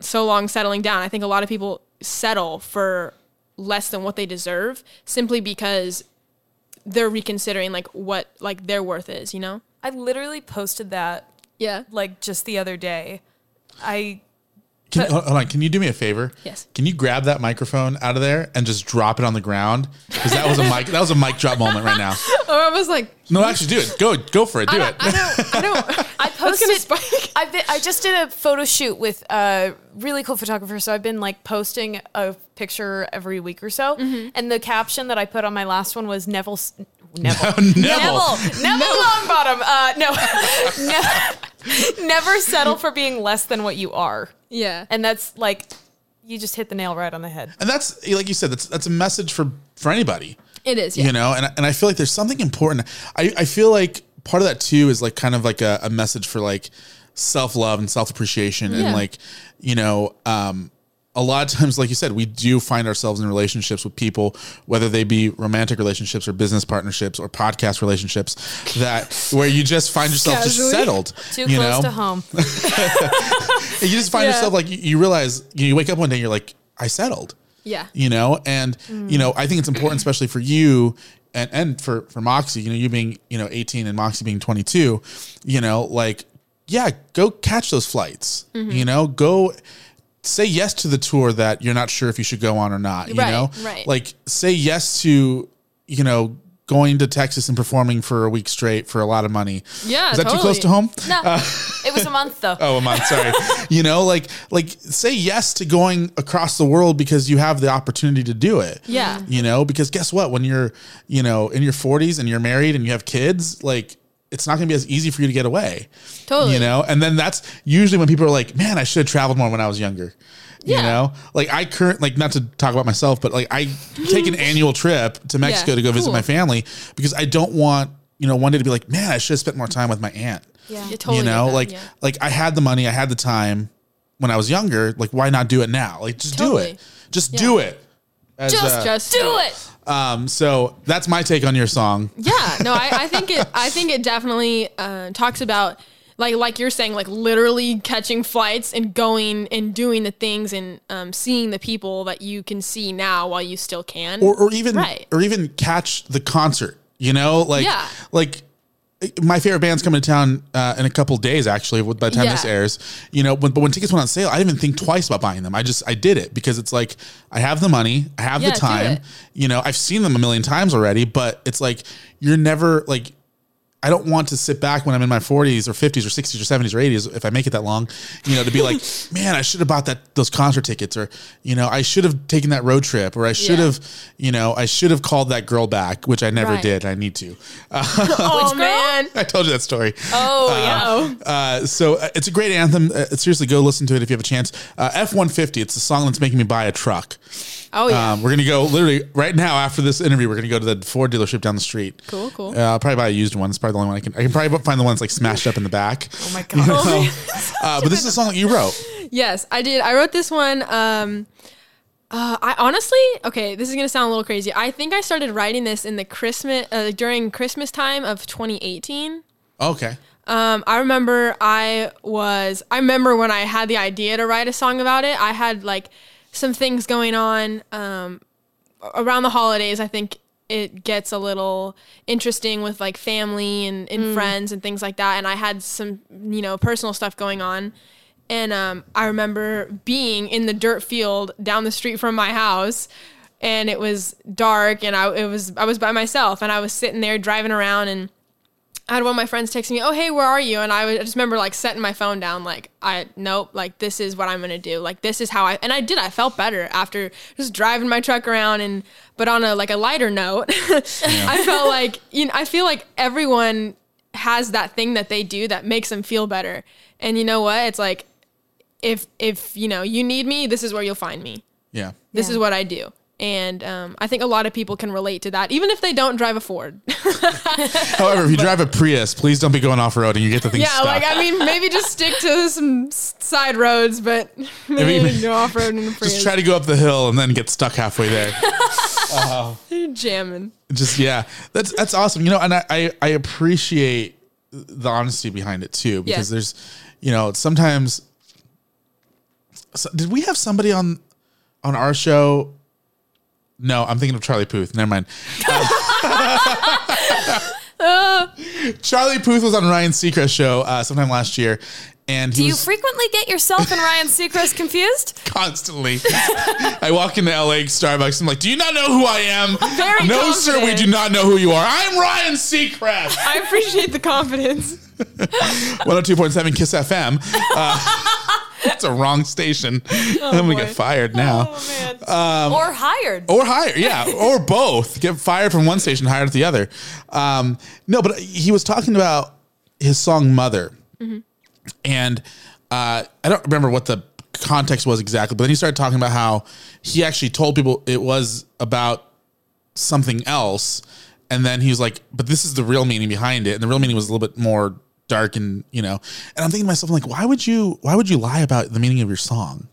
so long settling down i think a lot of people settle for less than what they deserve simply because they're reconsidering like what like their worth is you know I literally posted that yeah like just the other day. I Can, hold hold on. Can you do me a favor? Yes. Can you grab that microphone out of there and just drop it on the ground? Because that was a mic. That was a mic drop moment right now. or i was like No, actually, do it. Go, go for it. Do I it. don't, I don't i don't I gonna posted. spike. I've been, I just did a photo shoot with a really cool photographer, so I've been like posting a picture every week or so. And the caption that I put on my last one was Neville. S- Neville. Neville. Neville. Neville Longbottom. Uh, no. Ne- Never settle for being less than what you are. yeah And that's like, you just hit the nail right on the head. And that's like you said. That's that's a message for for anybody. it is yeah. You know, and and I feel like there's something important. I I feel like part of that too is like kind of like a, a message for like self love and self appreciation and Yeah. like you know um a lot of times like you said we do find ourselves in relationships with people whether they be romantic relationships or business partnerships or podcast relationships that where you just find yourself just Casually. settled Too you close know to home. And you just find Yeah. yourself like you, you realize you wake up one day and you're like i settled Yeah. you know and you know i think it's important especially for you and and for for moxie you know you being you know 18 and moxie being 22 you know like yeah go catch those flights you know go say yes to the tour that you're not sure if you should go on or not. You Right, know, right. Like say yes to you know going to Texas and performing for a week straight for a lot of money. Yeah, is that too close to home? No, Uh, it was a month though. Oh, a month. Sorry. you know, like like say yes to going across the world because you have the opportunity to do it. Yeah. You know, because guess what? When you're you know in your 40s and you're married and you have kids, like it's not going to be as easy for you to get away. Totally. You know, and then that's usually when people are like, "Man, I should have traveled more when I was younger." You Yeah. know, like I current like not to talk about myself, but like I take an annual trip to Mexico Yeah, to go visit cool. my family because I don't want you know one day to be like, "Man, I should have spent more time with my aunt." Yeah. you know, like like I had the money, I had the time when I was younger. Like, why not do it now? Like, just do Totally. it. Just Yeah. do it. As, Just- uh, just do it. Um. So that's my take on your song. Yeah, no, I, I think it. I think it definitely uh, talks about like like you're saying, like literally catching flights and going and doing the things and um, seeing the people that you can see now while you still can, or, or even right. or even catch the concert you know like Yeah. like my favorite band's coming to town uh, in a couple days actually with- by the time this Yeah. airs you know when, but when tickets went on sale i didn't even think twice about buying them i just i did it because it's like i have the money i have Yeah, the do time it. you know i've seen them a million times already but it's like you're never like I don't want to sit back when I'm in my 40s or 50s or 60s or 70s or 80s if I make it that long, you know, to be like, man, I should have bought that those concert tickets or you know, I should have taken that road trip or I should Yeah. have, you know, I should have called that girl back, which I never Right. did. I need to. Uh, Oh, Which girl? man. I told you that story. Oh, yeah. Uh, so uh, it's a great anthem. Uh, seriously, go listen to it if you have a chance. Uh, F150. It's the song that's making me buy a truck. Oh, yeah. Um, we're gonna go literally right now after this interview. We're gonna go to the Ford dealership down the street. Cool, cool. Uh, I'll probably buy a used one. It's probably the only one I can. I can probably find the one that's like smashed up in the back. Oh my God. Oh, man. uh, but this is a song that you wrote. Yes, I did. I wrote this one. Um, uh, I honestly, okay, this is gonna sound a little crazy. I think I started writing this in the Christmas uh, during Christmas time of 2018. Okay. Um, I remember I was, I remember when I had the idea to write a song about it. I had like some things going on um, around the holidays. I think it gets a little interesting with like family and, and Mm. friends and things like that. And I had some, you know, personal stuff going on. And um, I remember being in the dirt field down the street from my house, and it was dark, and I it was I was by myself, and I was sitting there driving around, and I had one of my friends texting me, "Oh hey, where are you?" And I, was, I just remember like setting my phone down, like I nope, like this is what I'm gonna do, like this is how I and I did. I felt better after just driving my truck around and but on a like a lighter note, I felt like you know I feel like everyone has that thing that they do that makes them feel better, and you know what? It's like if if you know you need me, this is where you'll find me Yeah. this is what I do. And um, I think a lot of people can relate to that, even if they don't drive a Ford. However, if you drive a Prius, please don't be going off road and you get the thing yeah, stuck. like I mean, maybe just stick to some s- side roads, but maybe no off road in a Prius. just try to go up the hill and then get stuck halfway there. Uh, jamming. just yeah that's that's awesome you know and I, I i appreciate the honesty behind it too because Yeah. there's you know sometimes so, did we have somebody on on our show no i'm thinking of charlie puth never mind Um, charlie puth was on ryan seacrest show uh sometime last year and he Do you was frequently get yourself and Ryan Seacrest confused? constantly i walk into la starbucks i'm like do you not know who i am Very no sir we confident. do not know who you are i'm ryan seacrest I appreciate the confidence. 102.7 Kiss FM. Uh, it's a wrong station. Oh, I'm going to boy. get fired now. Um, or hired. or higher, yeah, or both. Get fired from one station, hired at the other. Um, no, but he was talking about his song "Mother," and uh, I don't remember what the context was exactly. But then he started talking about how he actually told people it was about something else, and then he was like, "But this is the real meaning behind it," and the real meaning was a little bit more dark and you know. And I'm thinking to myself, I'm like, why would you? Why would you lie about the meaning of your song?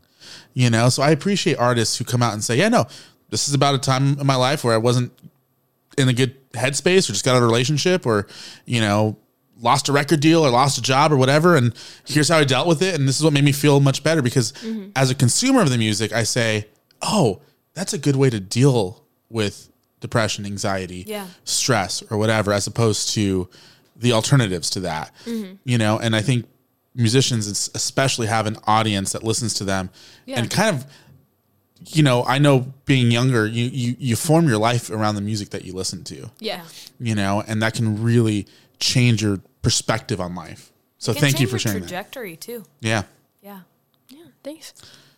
you know so i appreciate artists who come out and say yeah no this is about a time in my life where i wasn't in a good headspace or just got out of a relationship or you know lost a record deal or lost a job or whatever and here's how i dealt with it and this is what made me feel much better because Mhm. as a consumer of the music i say oh that's a good way to deal with depression anxiety Yeah. stress or whatever as opposed to the alternatives to that Mhm. you know and i think musicians es- especially have an audience that listens to them Yeah. and kind of you know i know being younger you, you you form your life around the music that you listen to Yeah. you know and that can really change your perspective on life so can thank you change for your sharing that trajectory too. yeah Yeah. Yeah. Thanks.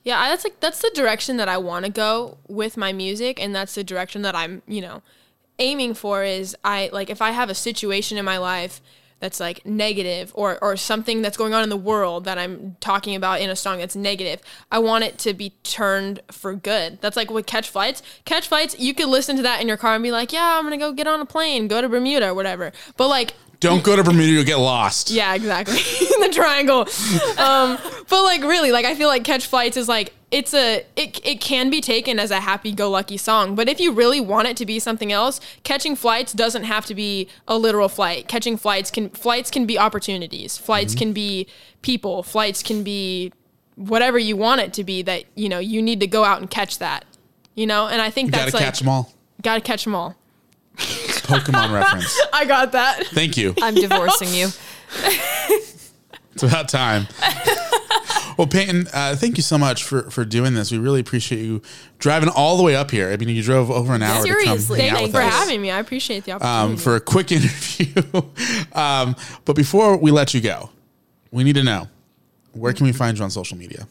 Yeah, I- that's like that's the direction that I want to go with my music, and that's the direction that I'm, you know, aiming for. Is I like if I have a situation in my life that's like negative or or something that's going on in the world that I'm talking about in a song that's negative, I want it to be turned for good. That's like with Catch Flights. Catch Flights, you could listen to that in your car and be like, yeah, I'm gonna go get on a plane, go to Bermuda or whatever. But like don't go to bermuda you'll get lost yeah, exactly. the triangle. Um, but like really, like I feel like Catch Flights is like it's a it it can be taken as a happy go lucky song, but if you really want it to be something else, catching flights doesn't have to be a literal flight. Catching flights can flights can be opportunities. Flights Mm-hmm. Mhm. can be people. Flights can be whatever you want it to be that, you know, you need to go out and catch that. You know, and I think you gotta that's like catch them all gotta catch them all. pokemon reference I got that. Thank you. I'm divorcing you. It's about time. well, Peyton, uh, thank you so much for for doing this. We really appreciate you driving all the way up here. I mean, you drove over an hour to come hang out Thank you with for us having me. I appreciate the opportunity. um, for a quick interview. um, but before we let you go, we need to know where can we find you on social media?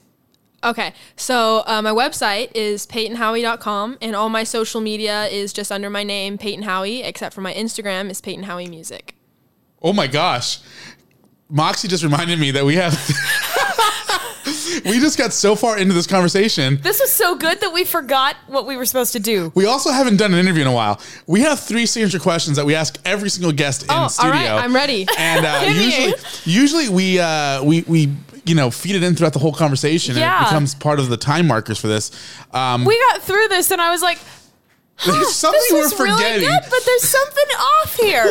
Okay, so uh, my website is peytonhowie.com, and all my social media is just under my name, Peyton Howie, except for my Instagram is Peyton Howie Music. Oh my gosh. Moxie just reminded me that we have. we just got so far into this conversation This was so good that we forgot what we were supposed to do. We also haven't done an interview in a while. We have three signature questions that we ask every single guest in oh, all studio. right, I'm ready. And uh, Hit me. usually, usually we uh, we we you know feed it in throughout the whole conversation, and Yeah. it becomes part of the time markers for this. Um, we got through this, and I was like, huh, there's something this we're was really forgetting. good, but there's something off here.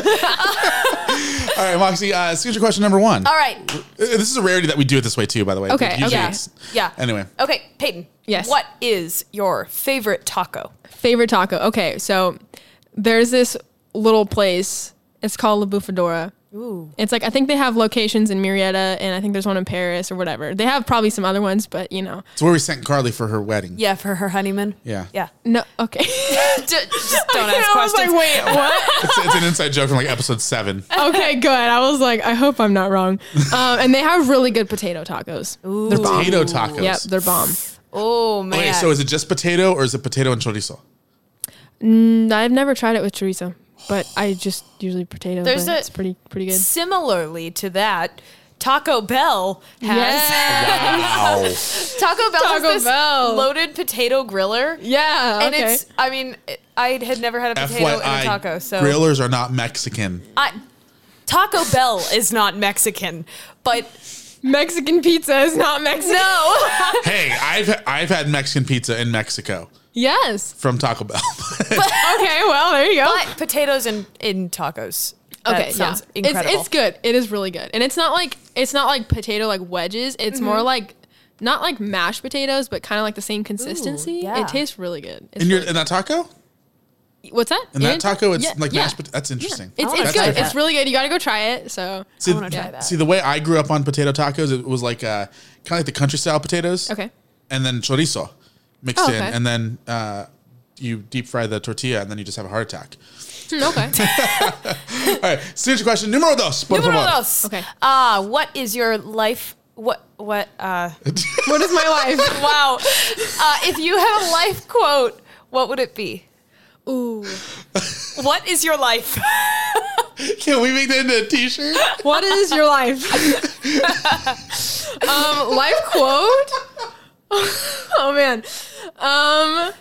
All right, Moxie, uh, signature question number one. All right. Uh, This is a rarity that we do it this way too. By the way, Okay, Usually okay. it's- Yeah. Anyway, Okay, Peyton. Yes. What is your favorite taco? Favorite taco. Okay, so there's this little place. It's called La Bufadora. Ooh. It's like I think they have locations in Murrieta, and I think there's one in Paris or whatever. They have probably some other ones, but you know. it's where we sent Carly for her wedding. Yeah, for her honeymoon. Yeah. Yeah. No. Okay. just, just don't I ask was like, questions. wait, what? It's, it's an inside joke from like episode seven. Oh. okay, good. I was like, I hope I'm not wrong. Um, and they have really good potato tacos. Ooh. They're bomb. Potato tacos. Yep, they're bomb. Oh man. Okay, so is it just potato or is it potato and chorizo? Mm, I've never tried it with chorizo, but I just usually potato. There's but a- it's pretty pretty good. Similarly to that, Taco Bell has Taco Bell Taco has this Bell. loaded potato griller. Yeah, and okay. it's I mean it- I had never had a potato in a FYI, taco, so grillers are not Mexican. I, Taco Bell is not Mexican, but Mexican pizza is not Mexican. No, hey, I've I've had Mexican pizza in Mexico Yes. from Taco Bell. okay, well there you go. But potatoes in in tacos. That Okay, yeah. sounds It's incredible. it's good. It is really good. And it's not like it's not like potato like wedges. It's more Mhm. like not like mashed potatoes, but kind of like the same consistency. yeah. It tastes really good. It's in your really- in that taco? what's that? In that It- taco, it's yeah, like yeah. mashed potato. That's interesting. It's, That's it's good. different. It's really good. You gotta go try it. So See, yeah. See, the way I grew up on potato tacos, it was like uh, kind of like the country style potatoes. Okay. And then chorizo mixed Oh, in, okay. and then uh, you deep fry the tortilla, and then you just have a heart attack. Hmm, okay. All right, signature question numero dos. por Numero favor. dos. Okay. Ah, what is your life? What what? Uh, what is my life? wow. Uh, if you had a life quote, what would it be? Ooh. What is your life? Can we make that into a T-shirt? What is your life? um, life quote. oh man. Um,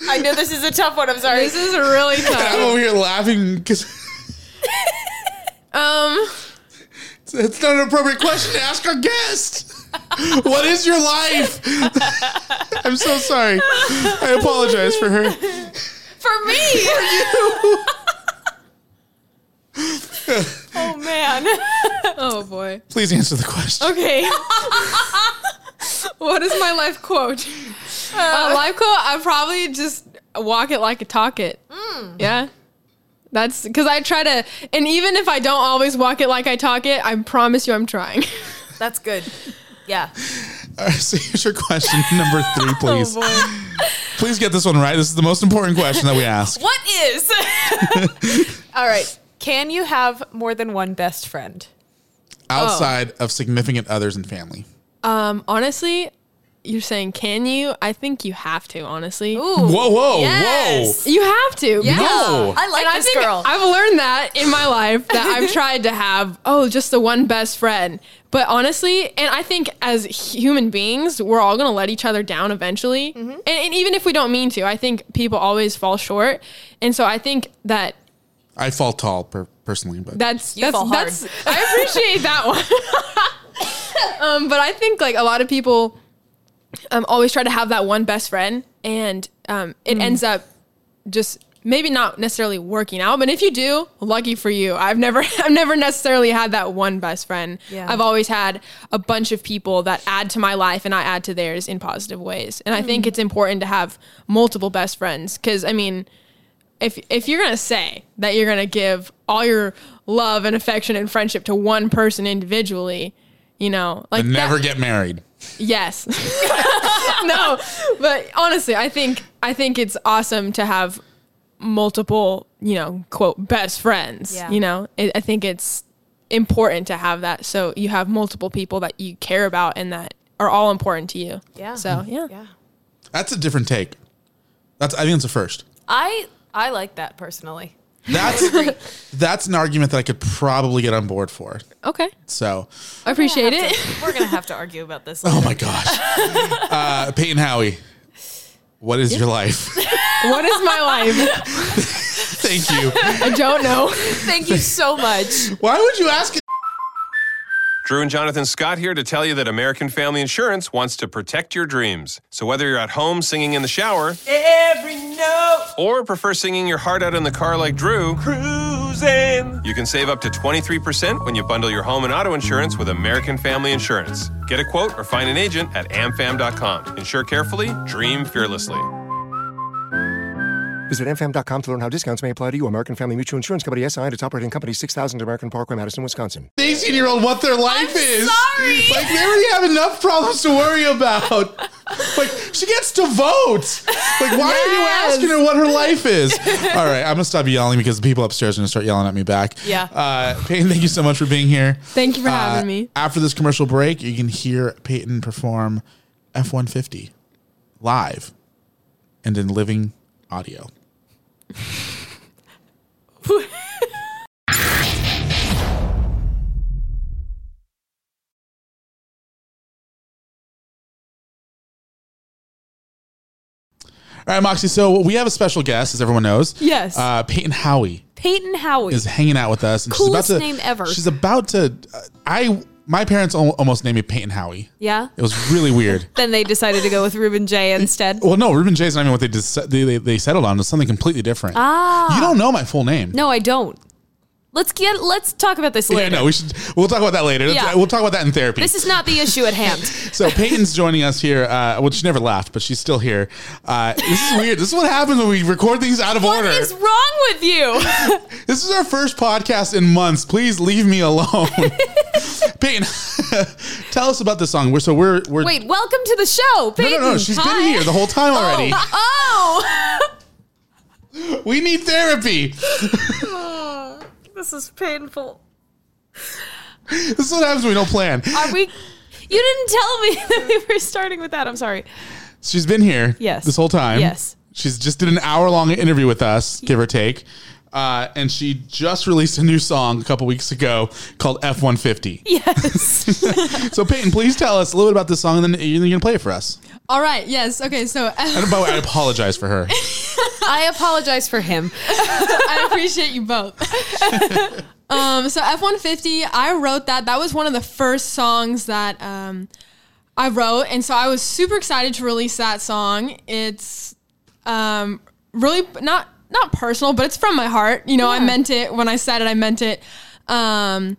I know this is a tough one. I'm sorry. This is really I'm tough. over here laughing because Um, it's, it's not an appropriate question to ask our guest. what is your life? I'm so sorry. I apologize for her. For me. For you. oh man. oh boy. Please answer the question. Okay. what is my life quote? Uh, life quote. I probably just walk it like a talk it. Yeah. That's because I try to, and even if I don't always walk it like I talk it, I promise you I'm trying. That's good. Yeah. All right, so here's your question number three, please. Oh, please get this one right. This is the most important question that we ask. What is? All right. Can you have more than one best friend? Outside of significant others and family. Um, honestly, you're saying can you? I think you have to, honestly. Ooh. Whoa, whoa, Yes. whoa. You have to. Yeah. because- I like and this think girl. I've learned that in my life that I've tried to have, oh, just the one best friend. But honestly, and I think as human beings, we're all going to let each other down eventually. And, and even if we don't mean to, I think people always fall short. And so I think that I fall tall per- personally, but that's You that's fall hard. that's I appreciate that one. um, but I think like a lot of people um, always try to have that one best friend, and um, Mm. it ends up just maybe not necessarily working out. But if you do, lucky for you. I've never I've never necessarily had that one best friend. Yeah. I've always had a bunch of people that add to my life, and I add to theirs in positive ways. And I Mm. think it's important to have multiple best friends because I mean if if you're gonna say that you're gonna give all your love and affection and friendship to one person individually, you know, like and never that- get married. yes, no. But honestly, I think I think it's awesome to have multiple, you know, quote best friends. Yeah. You know, it, I think it's important to have that so you have multiple people that you care about and that are all important to you. Yeah. So yeah. Yeah. That's a different take. That's I think it's a first. I I like that personally. That's that's an argument that I could probably get on board for. Okay. So, I appreciate it. We're gonna have to argue about this. oh my gosh, uh, Peyton Howie, what is your life? what is my life? Thank you. I don't know. Thank you so much. Why would you ask? Drew and Jonathan Scott here to tell you that American Family Insurance wants to protect your dreams. So whether you're at home singing in the shower, Every note or prefer singing your heart out in the car like Drew, cruising. you can save up to 23% when you bundle your home and auto insurance with American Family Insurance. Get a quote or find an agent at amfam.com. Insure carefully, dream fearlessly. Visit mfm.com to learn how discounts may apply to you. American Family Mutual Insurance Company, SI, and its operating company, 6000 American Parkway, Madison, Wisconsin. 18 year old what their life is. Like they already have enough problems to worry about. Like she gets to vote. Like why Yes. are you asking her what her life is? All right, I'm gonna stop yelling because the people upstairs are gonna start yelling at me back. Yeah. Uh, Peyton, thank you so much for being here. Thank you for having me. Uh, After this commercial break, you can hear Peyton perform F150 live and in living audio. All right, Moxie. So we have a special guest, as everyone knows. Yes. Uh, Peyton Howie Peyton Howie. is hanging out with us. And Coolest she's about to, name ever. She's about to. I my parents al- almost named me Peyton Howie. yeah. It was really weird. Then they decided to go with Ruben J instead. Well, no, Ruben J's not even what they, dis- they they they settled on. It was something completely different. Ah. you don't know my full name. No, I don't. Let's get let's talk about this later. Yeah, no, we should. We'll talk about that later. Yeah. We'll talk about that in therapy. This is not the issue at hand. so Peyton's joining us here. Uh, well, she never left, but she's still here. Uh, this is weird. This is what happens when we record these out of order. What is wrong with you? This is our first podcast in months. Please leave me alone. Peyton, tell us about this song. We're so we're we're Wait, welcome to the show, no no Peyton. no. She's Hi. been here the whole time already. Oh, We need therapy. oh. this is painful. This is what happens when we don't plan. Are we? You didn't tell me that we were starting with that. I'm sorry. She's been here Yes. this whole time. Yes. She's just did an hour long interview with us, give or take. Uh, and she just released a new song a couple weeks ago called F one fifty. Yes. So Peyton, please tell us a little bit about this song, and then you're gonna play it for us. All right. Yes. Okay. So And by the way, I apologize for her. I apologize for him. I appreciate you both. um, so F one fifty. I wrote that. That was one of the first songs that um, I wrote, and so I was super excited to release that song. It's um, really p- not not personal, but it's from my heart. You know, I Yeah. meant it when I said it. I meant it. Um,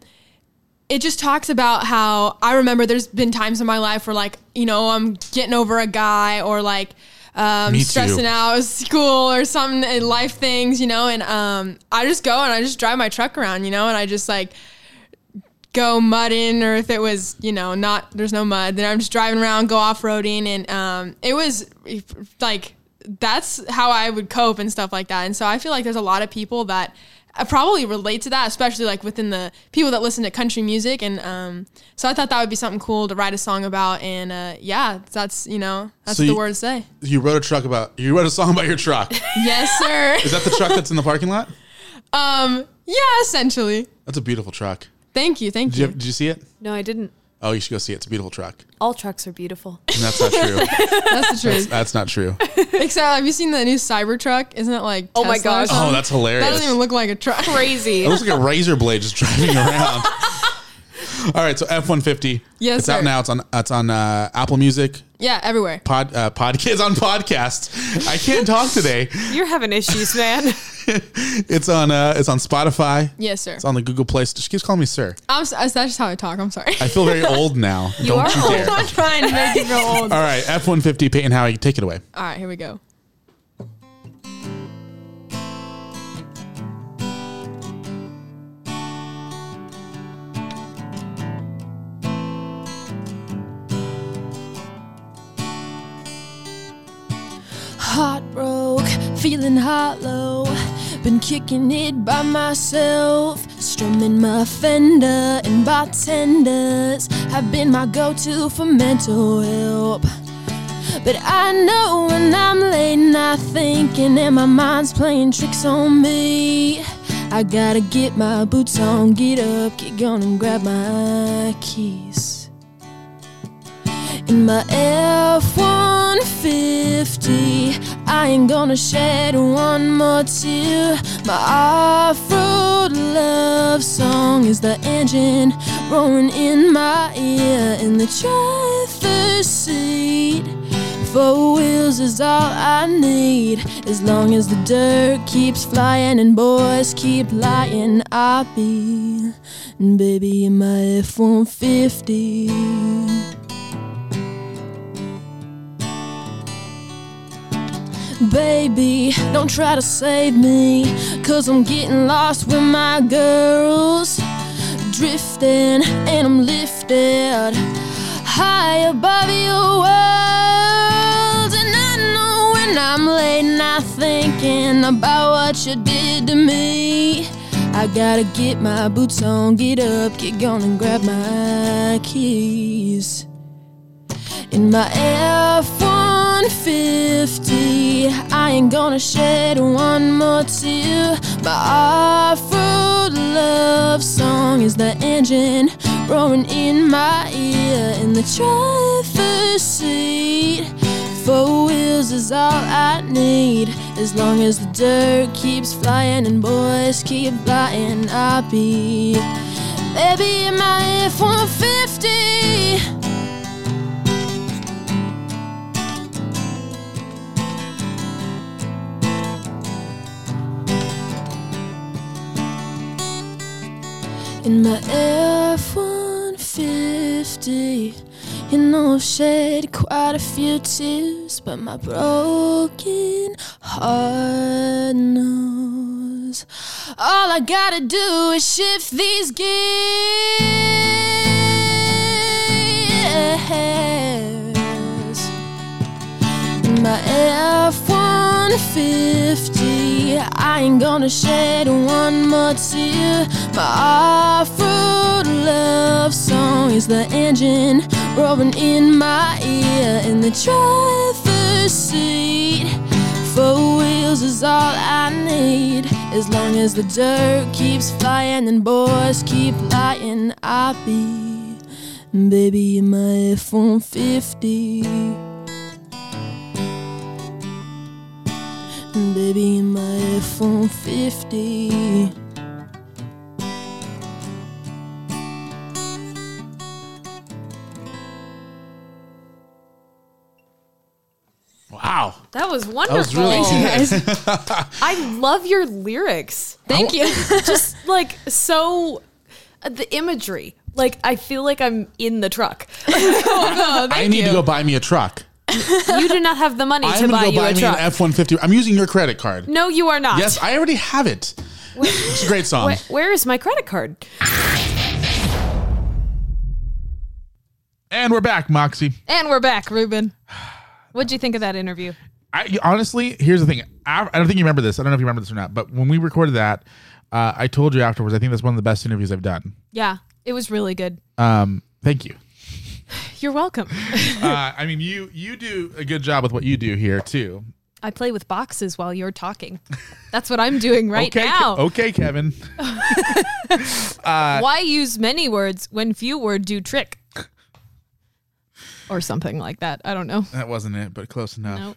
it just talks about how I remember there's been times in my life where like you know I'm getting over a guy or like um, Me stressing too. out with school or something and life things you know and um, I just go and I just drive my truck around you know and I just like go mudding or if it was, you know, not, there's no mud, then I'm just driving around, go off roading. And um, it was like, that's how I would cope and stuff like that. And so I feel like there's a lot of people that uh, probably relate to that, especially like within the people that listen to country music. And um, so I thought that would be something cool to write a song about. And uh, yeah, that's, you know, that's So the you- word to say. You wrote a truck about you wrote a song about your truck. Yes, sir. Is that the truck that's in the parking lot? Um, yeah, essentially. That's a beautiful truck. Thank you, thank Did you. you, did you see it? No, I didn't. Oh, you should go see it. It's a beautiful truck. All trucks are beautiful. And that's not true. That's the that's, truth. that's not true. Except, have you seen the new Cybertruck? Isn't it like Oh my Tesla or gosh. something? Oh, that's hilarious. That doesn't even look like a truck. Crazy. It looks like a razor blade just driving around. All right, so F one fifty. Yes, it's sir. out now. It's on. It's on uh, Apple Music. yeah, everywhere. Pod uh, pod kids on podcasts. I can't talk today. You're having issues, man. It's on. Uh, it's on Spotify. Yes, sir. It's on the Google Play. Store. She keeps calling me sir. I'm so, that's just how I talk. I'm sorry. I feel very old now. You Don't are you old. dare. I'm trying to make you feel old. All right, F one fifty. Peyton Howie, take it away. All right, here we go. Heartbroke, feeling hollow. Been kicking it by myself. Strumming my fender, and bartenders have been my go to for mental help. But I know when I'm late night thinking, and my mind's playing tricks on me. I gotta get my boots on, get up, get gone, and grab my keys in my F 150. I ain't gonna shed one more tear. My off road love song is the engine roaring in my ear. In the driver's seat, four wheels is all I need. As long as the dirt keeps flying and boys keep lying, I'll be, baby, in my F 150. Baby, don't try to save me. Cause I'm getting lost with my girls. Drifting and I'm lifted high above your world. And I know when I'm late night thinking about what you did to me. I gotta get my boots on, get up, get gone, and grab my keys in my F-150. I ain't gonna shed one more tear. My off-road love song is the engine roaring in my ear. In the driver's seat, four wheels is all I need. As long as the dirt keeps flying and boys keep lying, I'll be. Baby, in my F-150. in my F 150. You know, I've shed quite a few tears, but my broken heart knows. All I gotta do is shift these gears in my F-150 I ain't gonna shed one more tear My off-road love song is the engine roaring in my ear In the driver's seat Four wheels is all I need As long as the dirt keeps flying and boys keep lying I'll be, baby, in my F-150 Baby, my iPhone 50. Wow. That was wonderful. That was really good. I love your lyrics. Thank you. Just like so, uh, the imagery. Like I feel like I'm in the truck. Oh, I need to go buy me a truck. you do not have the money I'm to gonna buy go you buy a me truck. an F one fifty. I'm using your credit card. no, you are not. Yes, um, I already have it. It's a great song. Wh- where is my credit card? And we're back, Moxie. And we're back, Ruben. What'd you think of that interview? I honestly, here's the thing. I, I don't think you remember this. I don't know if you remember this or not, but when we recorded that, uh, I told you afterwards. I think that's one of the best interviews I've done. Yeah, it was really good. Um, thank you. You're welcome. uh, I mean, you you do a good job with what you do here too. I play with boxes while you're talking. That's what I'm doing right okay, now. Ke- okay, Kevin. uh, Why use many words when few words do trick? Or something like that. I don't know. That wasn't it, but close enough.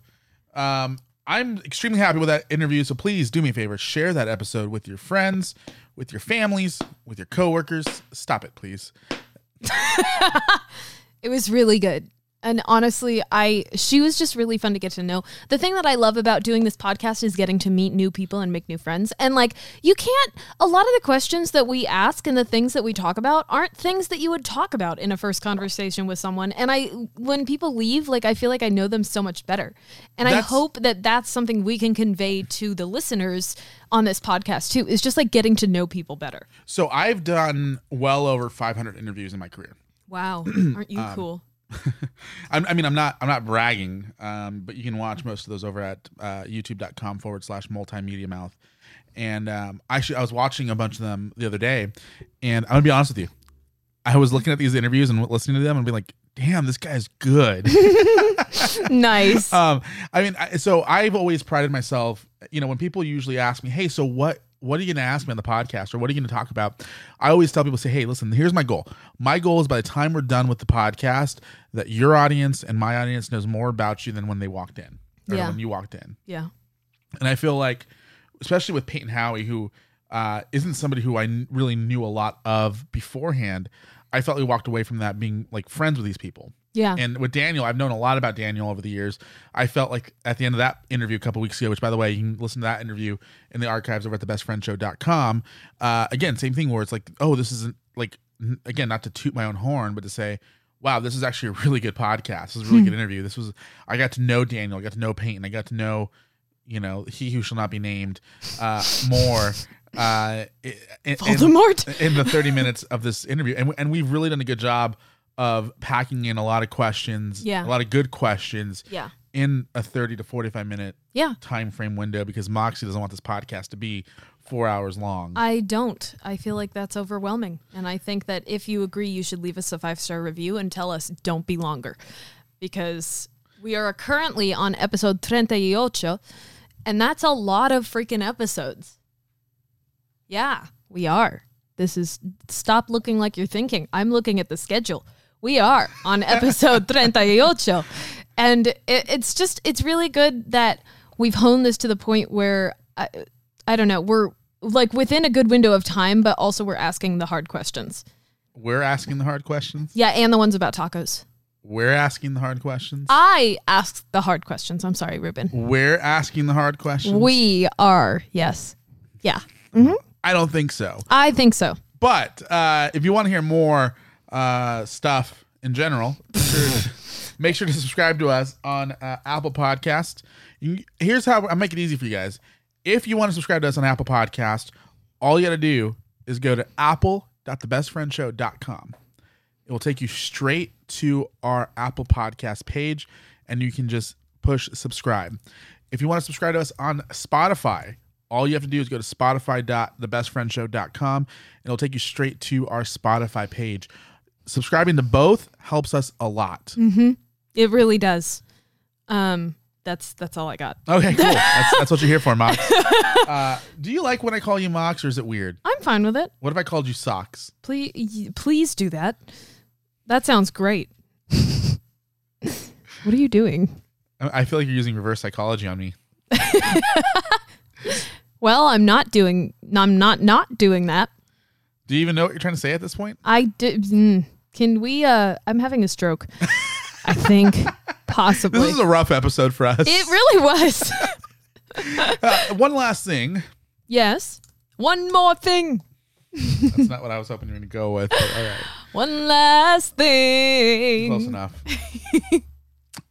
Um, I'm extremely happy with that interview. So please do me a favor, share that episode with your friends, with your families, with your coworkers. Stop it, please. It was really good. And honestly, I she was just really fun to get to know. The thing that I love about doing this podcast is getting to meet new people and make new friends. And like you can't a lot of the questions that we ask and the things that we talk about aren't things that you would talk about in a first conversation with someone. And I when people leave, like I feel like I know them so much better. And I That's- hope that that's something we can convey to the listeners on this podcast too. Is just like getting to know people better. So I've done well over 500 interviews in my career. Wow, aren't you Um, cool? I'm, I mean, I'm not, I'm not bragging, um, but you can watch most of those over at uh, YouTube.com forward slash Multimedia Mouth. And um, actually, I was watching a bunch of them the other day, and I'm gonna be honest with you, I was looking at these interviews and listening to them and be like, "Damn, this guy's good." nice. Um, I mean, I, so I've always prided myself. You know, when people usually ask me, "Hey, so what? What are you going to ask me on the podcast, or what are you going to talk about?" I always tell people, "Say, hey, listen, here's my goal. My goal is by the time we're done with the podcast, that your audience and my audience knows more about you than when they walked in, or Yeah. when you walked in." Yeah. And I feel like, especially with Peyton Howie, who uh, isn't somebody who I kn- really knew a lot of beforehand, I felt we walked away from that being like friends with these people. Yeah. And with Daniel, I've known a lot about Daniel over the years. I felt like at the end of that interview a couple weeks ago, which by the way, you can listen to that interview in the archives over at thebestfriendshow.com. Uh, again, same thing where it's like, oh, this isn't like, n- again, not to toot my own horn, but to say, wow, this is actually a really good podcast. This is a really Hmm. good interview. This was, I got to know Daniel, I got to know Peyton, I got to know, you know, he who shall not be named uh, more. Uh, i- in, Voldemort. in, in the 30 minutes of this interview. And, and we've really done a good job of packing in a lot of questions, Yeah. a lot of good questions Yeah. in a 30 to 45 minute Yeah. time frame window because Moxie doesn't want this podcast to be four hours long. I don't. I feel like that's overwhelming. And I think that if you agree, you should leave us a five star review and tell us don't be longer because we are currently on episode 38, and that's a lot of freaking episodes. Yeah, we are. This is stop looking like you're thinking. I'm looking at the schedule. We are on episode 38. And it, it's just, it's really good that we've honed this to the point where, I, I don't know, we're like within a good window of time, but also we're asking the hard questions. We're asking the hard questions. Yeah, and the ones about tacos. We're asking the hard questions. I ask the hard questions. I'm sorry, Ruben. We're asking the hard questions. We are, yes. Yeah. hmm I don't think so. I think so. But uh, if you want to hear more uh, stuff in general, make sure to subscribe to us on uh, Apple Podcast. You can- Here's how I make it easy for you guys. If you want to subscribe to us on Apple Podcast, all you got to do is go to apple.thebestfriendshow.com. It will take you straight to our Apple Podcast page, and you can just push subscribe. If you want to subscribe to us on Spotify, all you have to do is go to spotify.thebestfriendshow.com, and it'll take you straight to our Spotify page. Subscribing to both helps us a lot. Mm-hmm. It really does. Um, that's that's all I got. Okay, cool. That's, that's what you're here for, Mox. Uh, do you like when I call you Mox, or is it weird? I'm fine with it. What if I called you Socks? Please, please do that. That sounds great. what are you doing? I I feel like you're using reverse psychology on me. Well, I'm not doing. I'm not not doing that. Do you even know what you're trying to say at this point? I did. Mm, can we? Uh, I'm having a stroke. I think possibly. This is a rough episode for us. it really was. Uh, one last thing. yes. One more thing. That's not what I was hoping you were going to go with. But all right. One last thing. Close enough.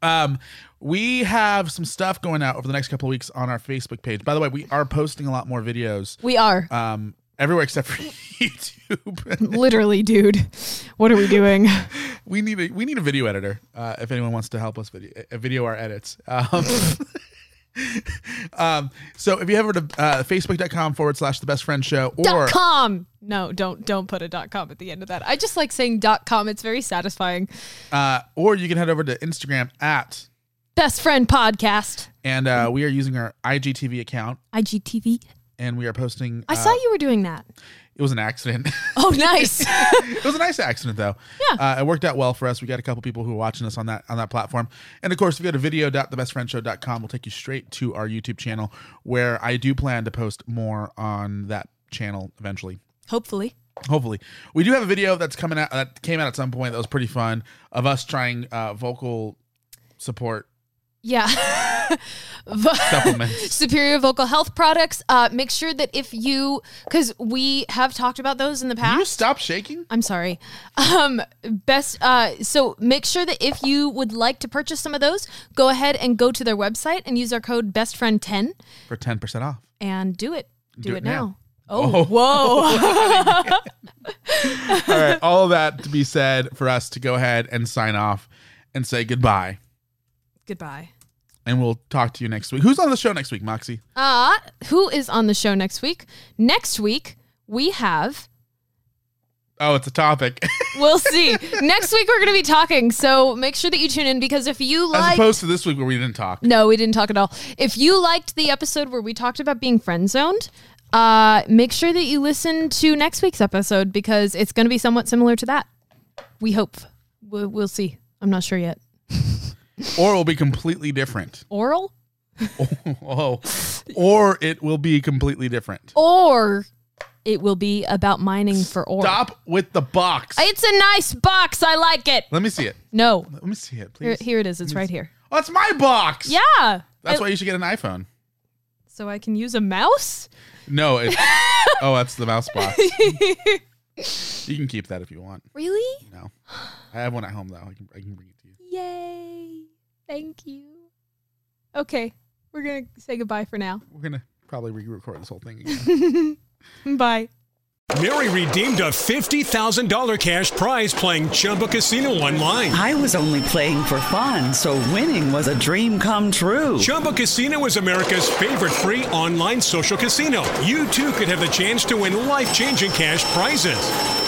Um, we have some stuff going out over the next couple of weeks on our Facebook page. By the way, we are posting a lot more videos. We are. Um, everywhere except for YouTube. Literally, dude. What are we doing? we need a we need a video editor. Uh, if anyone wants to help us video uh, video our edits. Um, um, so if you head over to uh, facebook.com forward slash the best friend show or dot com. No, don't don't put a dot com at the end of that. I just like saying dot com. It's very satisfying. Uh, or you can head over to Instagram at Best friend podcast. and uh, we are using our IGTV account IGTV. and we are posting. I uh, saw you were doing that. It was an accident. Oh, nice. it was a nice accident though. Yeah. Uh, it worked out well for us. We got a couple people who are watching us on that on that platform. And of course, if you go to video.thebestfriendshow.com, we'll take you straight to our YouTube channel where I do plan to post more on that channel eventually. Hopefully. Hopefully, we do have a video that's coming out that came out at some point that was pretty fun of us trying uh, vocal support. Yeah. Vo- Supplements. Superior vocal health products. Uh, make sure that if you, because we have talked about those in the past. you stop shaking? I'm sorry. Um, best. Uh, so make sure that if you would like to purchase some of those, go ahead and go to their website and use our code BestFriend10 for ten percent off. and do it. Do, it, now. Oh. Oh, whoa. all right, all of that to be said for us to go ahead and sign off and say goodbye, Goodbye. and we'll talk to you next week. Who's on the show next week, Moxie? Uh, who is on the show next week? Next week, we have Oh, it's a topic. We'll see. Next week we're going to be talking, so make sure that you tune in because if you As like opposed to this week where we didn't talk. No, we didn't talk at all. If you liked the episode where we talked about being friend zoned, uh, make sure that you listen to next week's episode because it's going to be somewhat similar to that. We hope. We'll, we'll see. I'm not sure yet. Or it will be completely different. Oral Oh. Or it will be completely different. or it will be about mining for ore. Stop with the box. It's a nice box. I like it. Let me see it. No. Let me see it, Here, please. here it is. It's right here. Oh, it's my box. Yeah. I- That's why you should get an iPhone. so I can use a mouse? No, it's Oh, that's the mouse box. You can keep that if you want. really? No. I have one at home though. I can, I can bring it to you. Yay. Thank you. Okay. We're going to say goodbye for now. We're gonna probably re-record this whole thing again. Bye. Mary redeemed a $50,000 cash prize playing Chumba Casino online. I was only playing for fun, so winning was a dream come true. Chumba Casino is America's favorite free online social casino. You too could have the chance to win life changing cash prizes.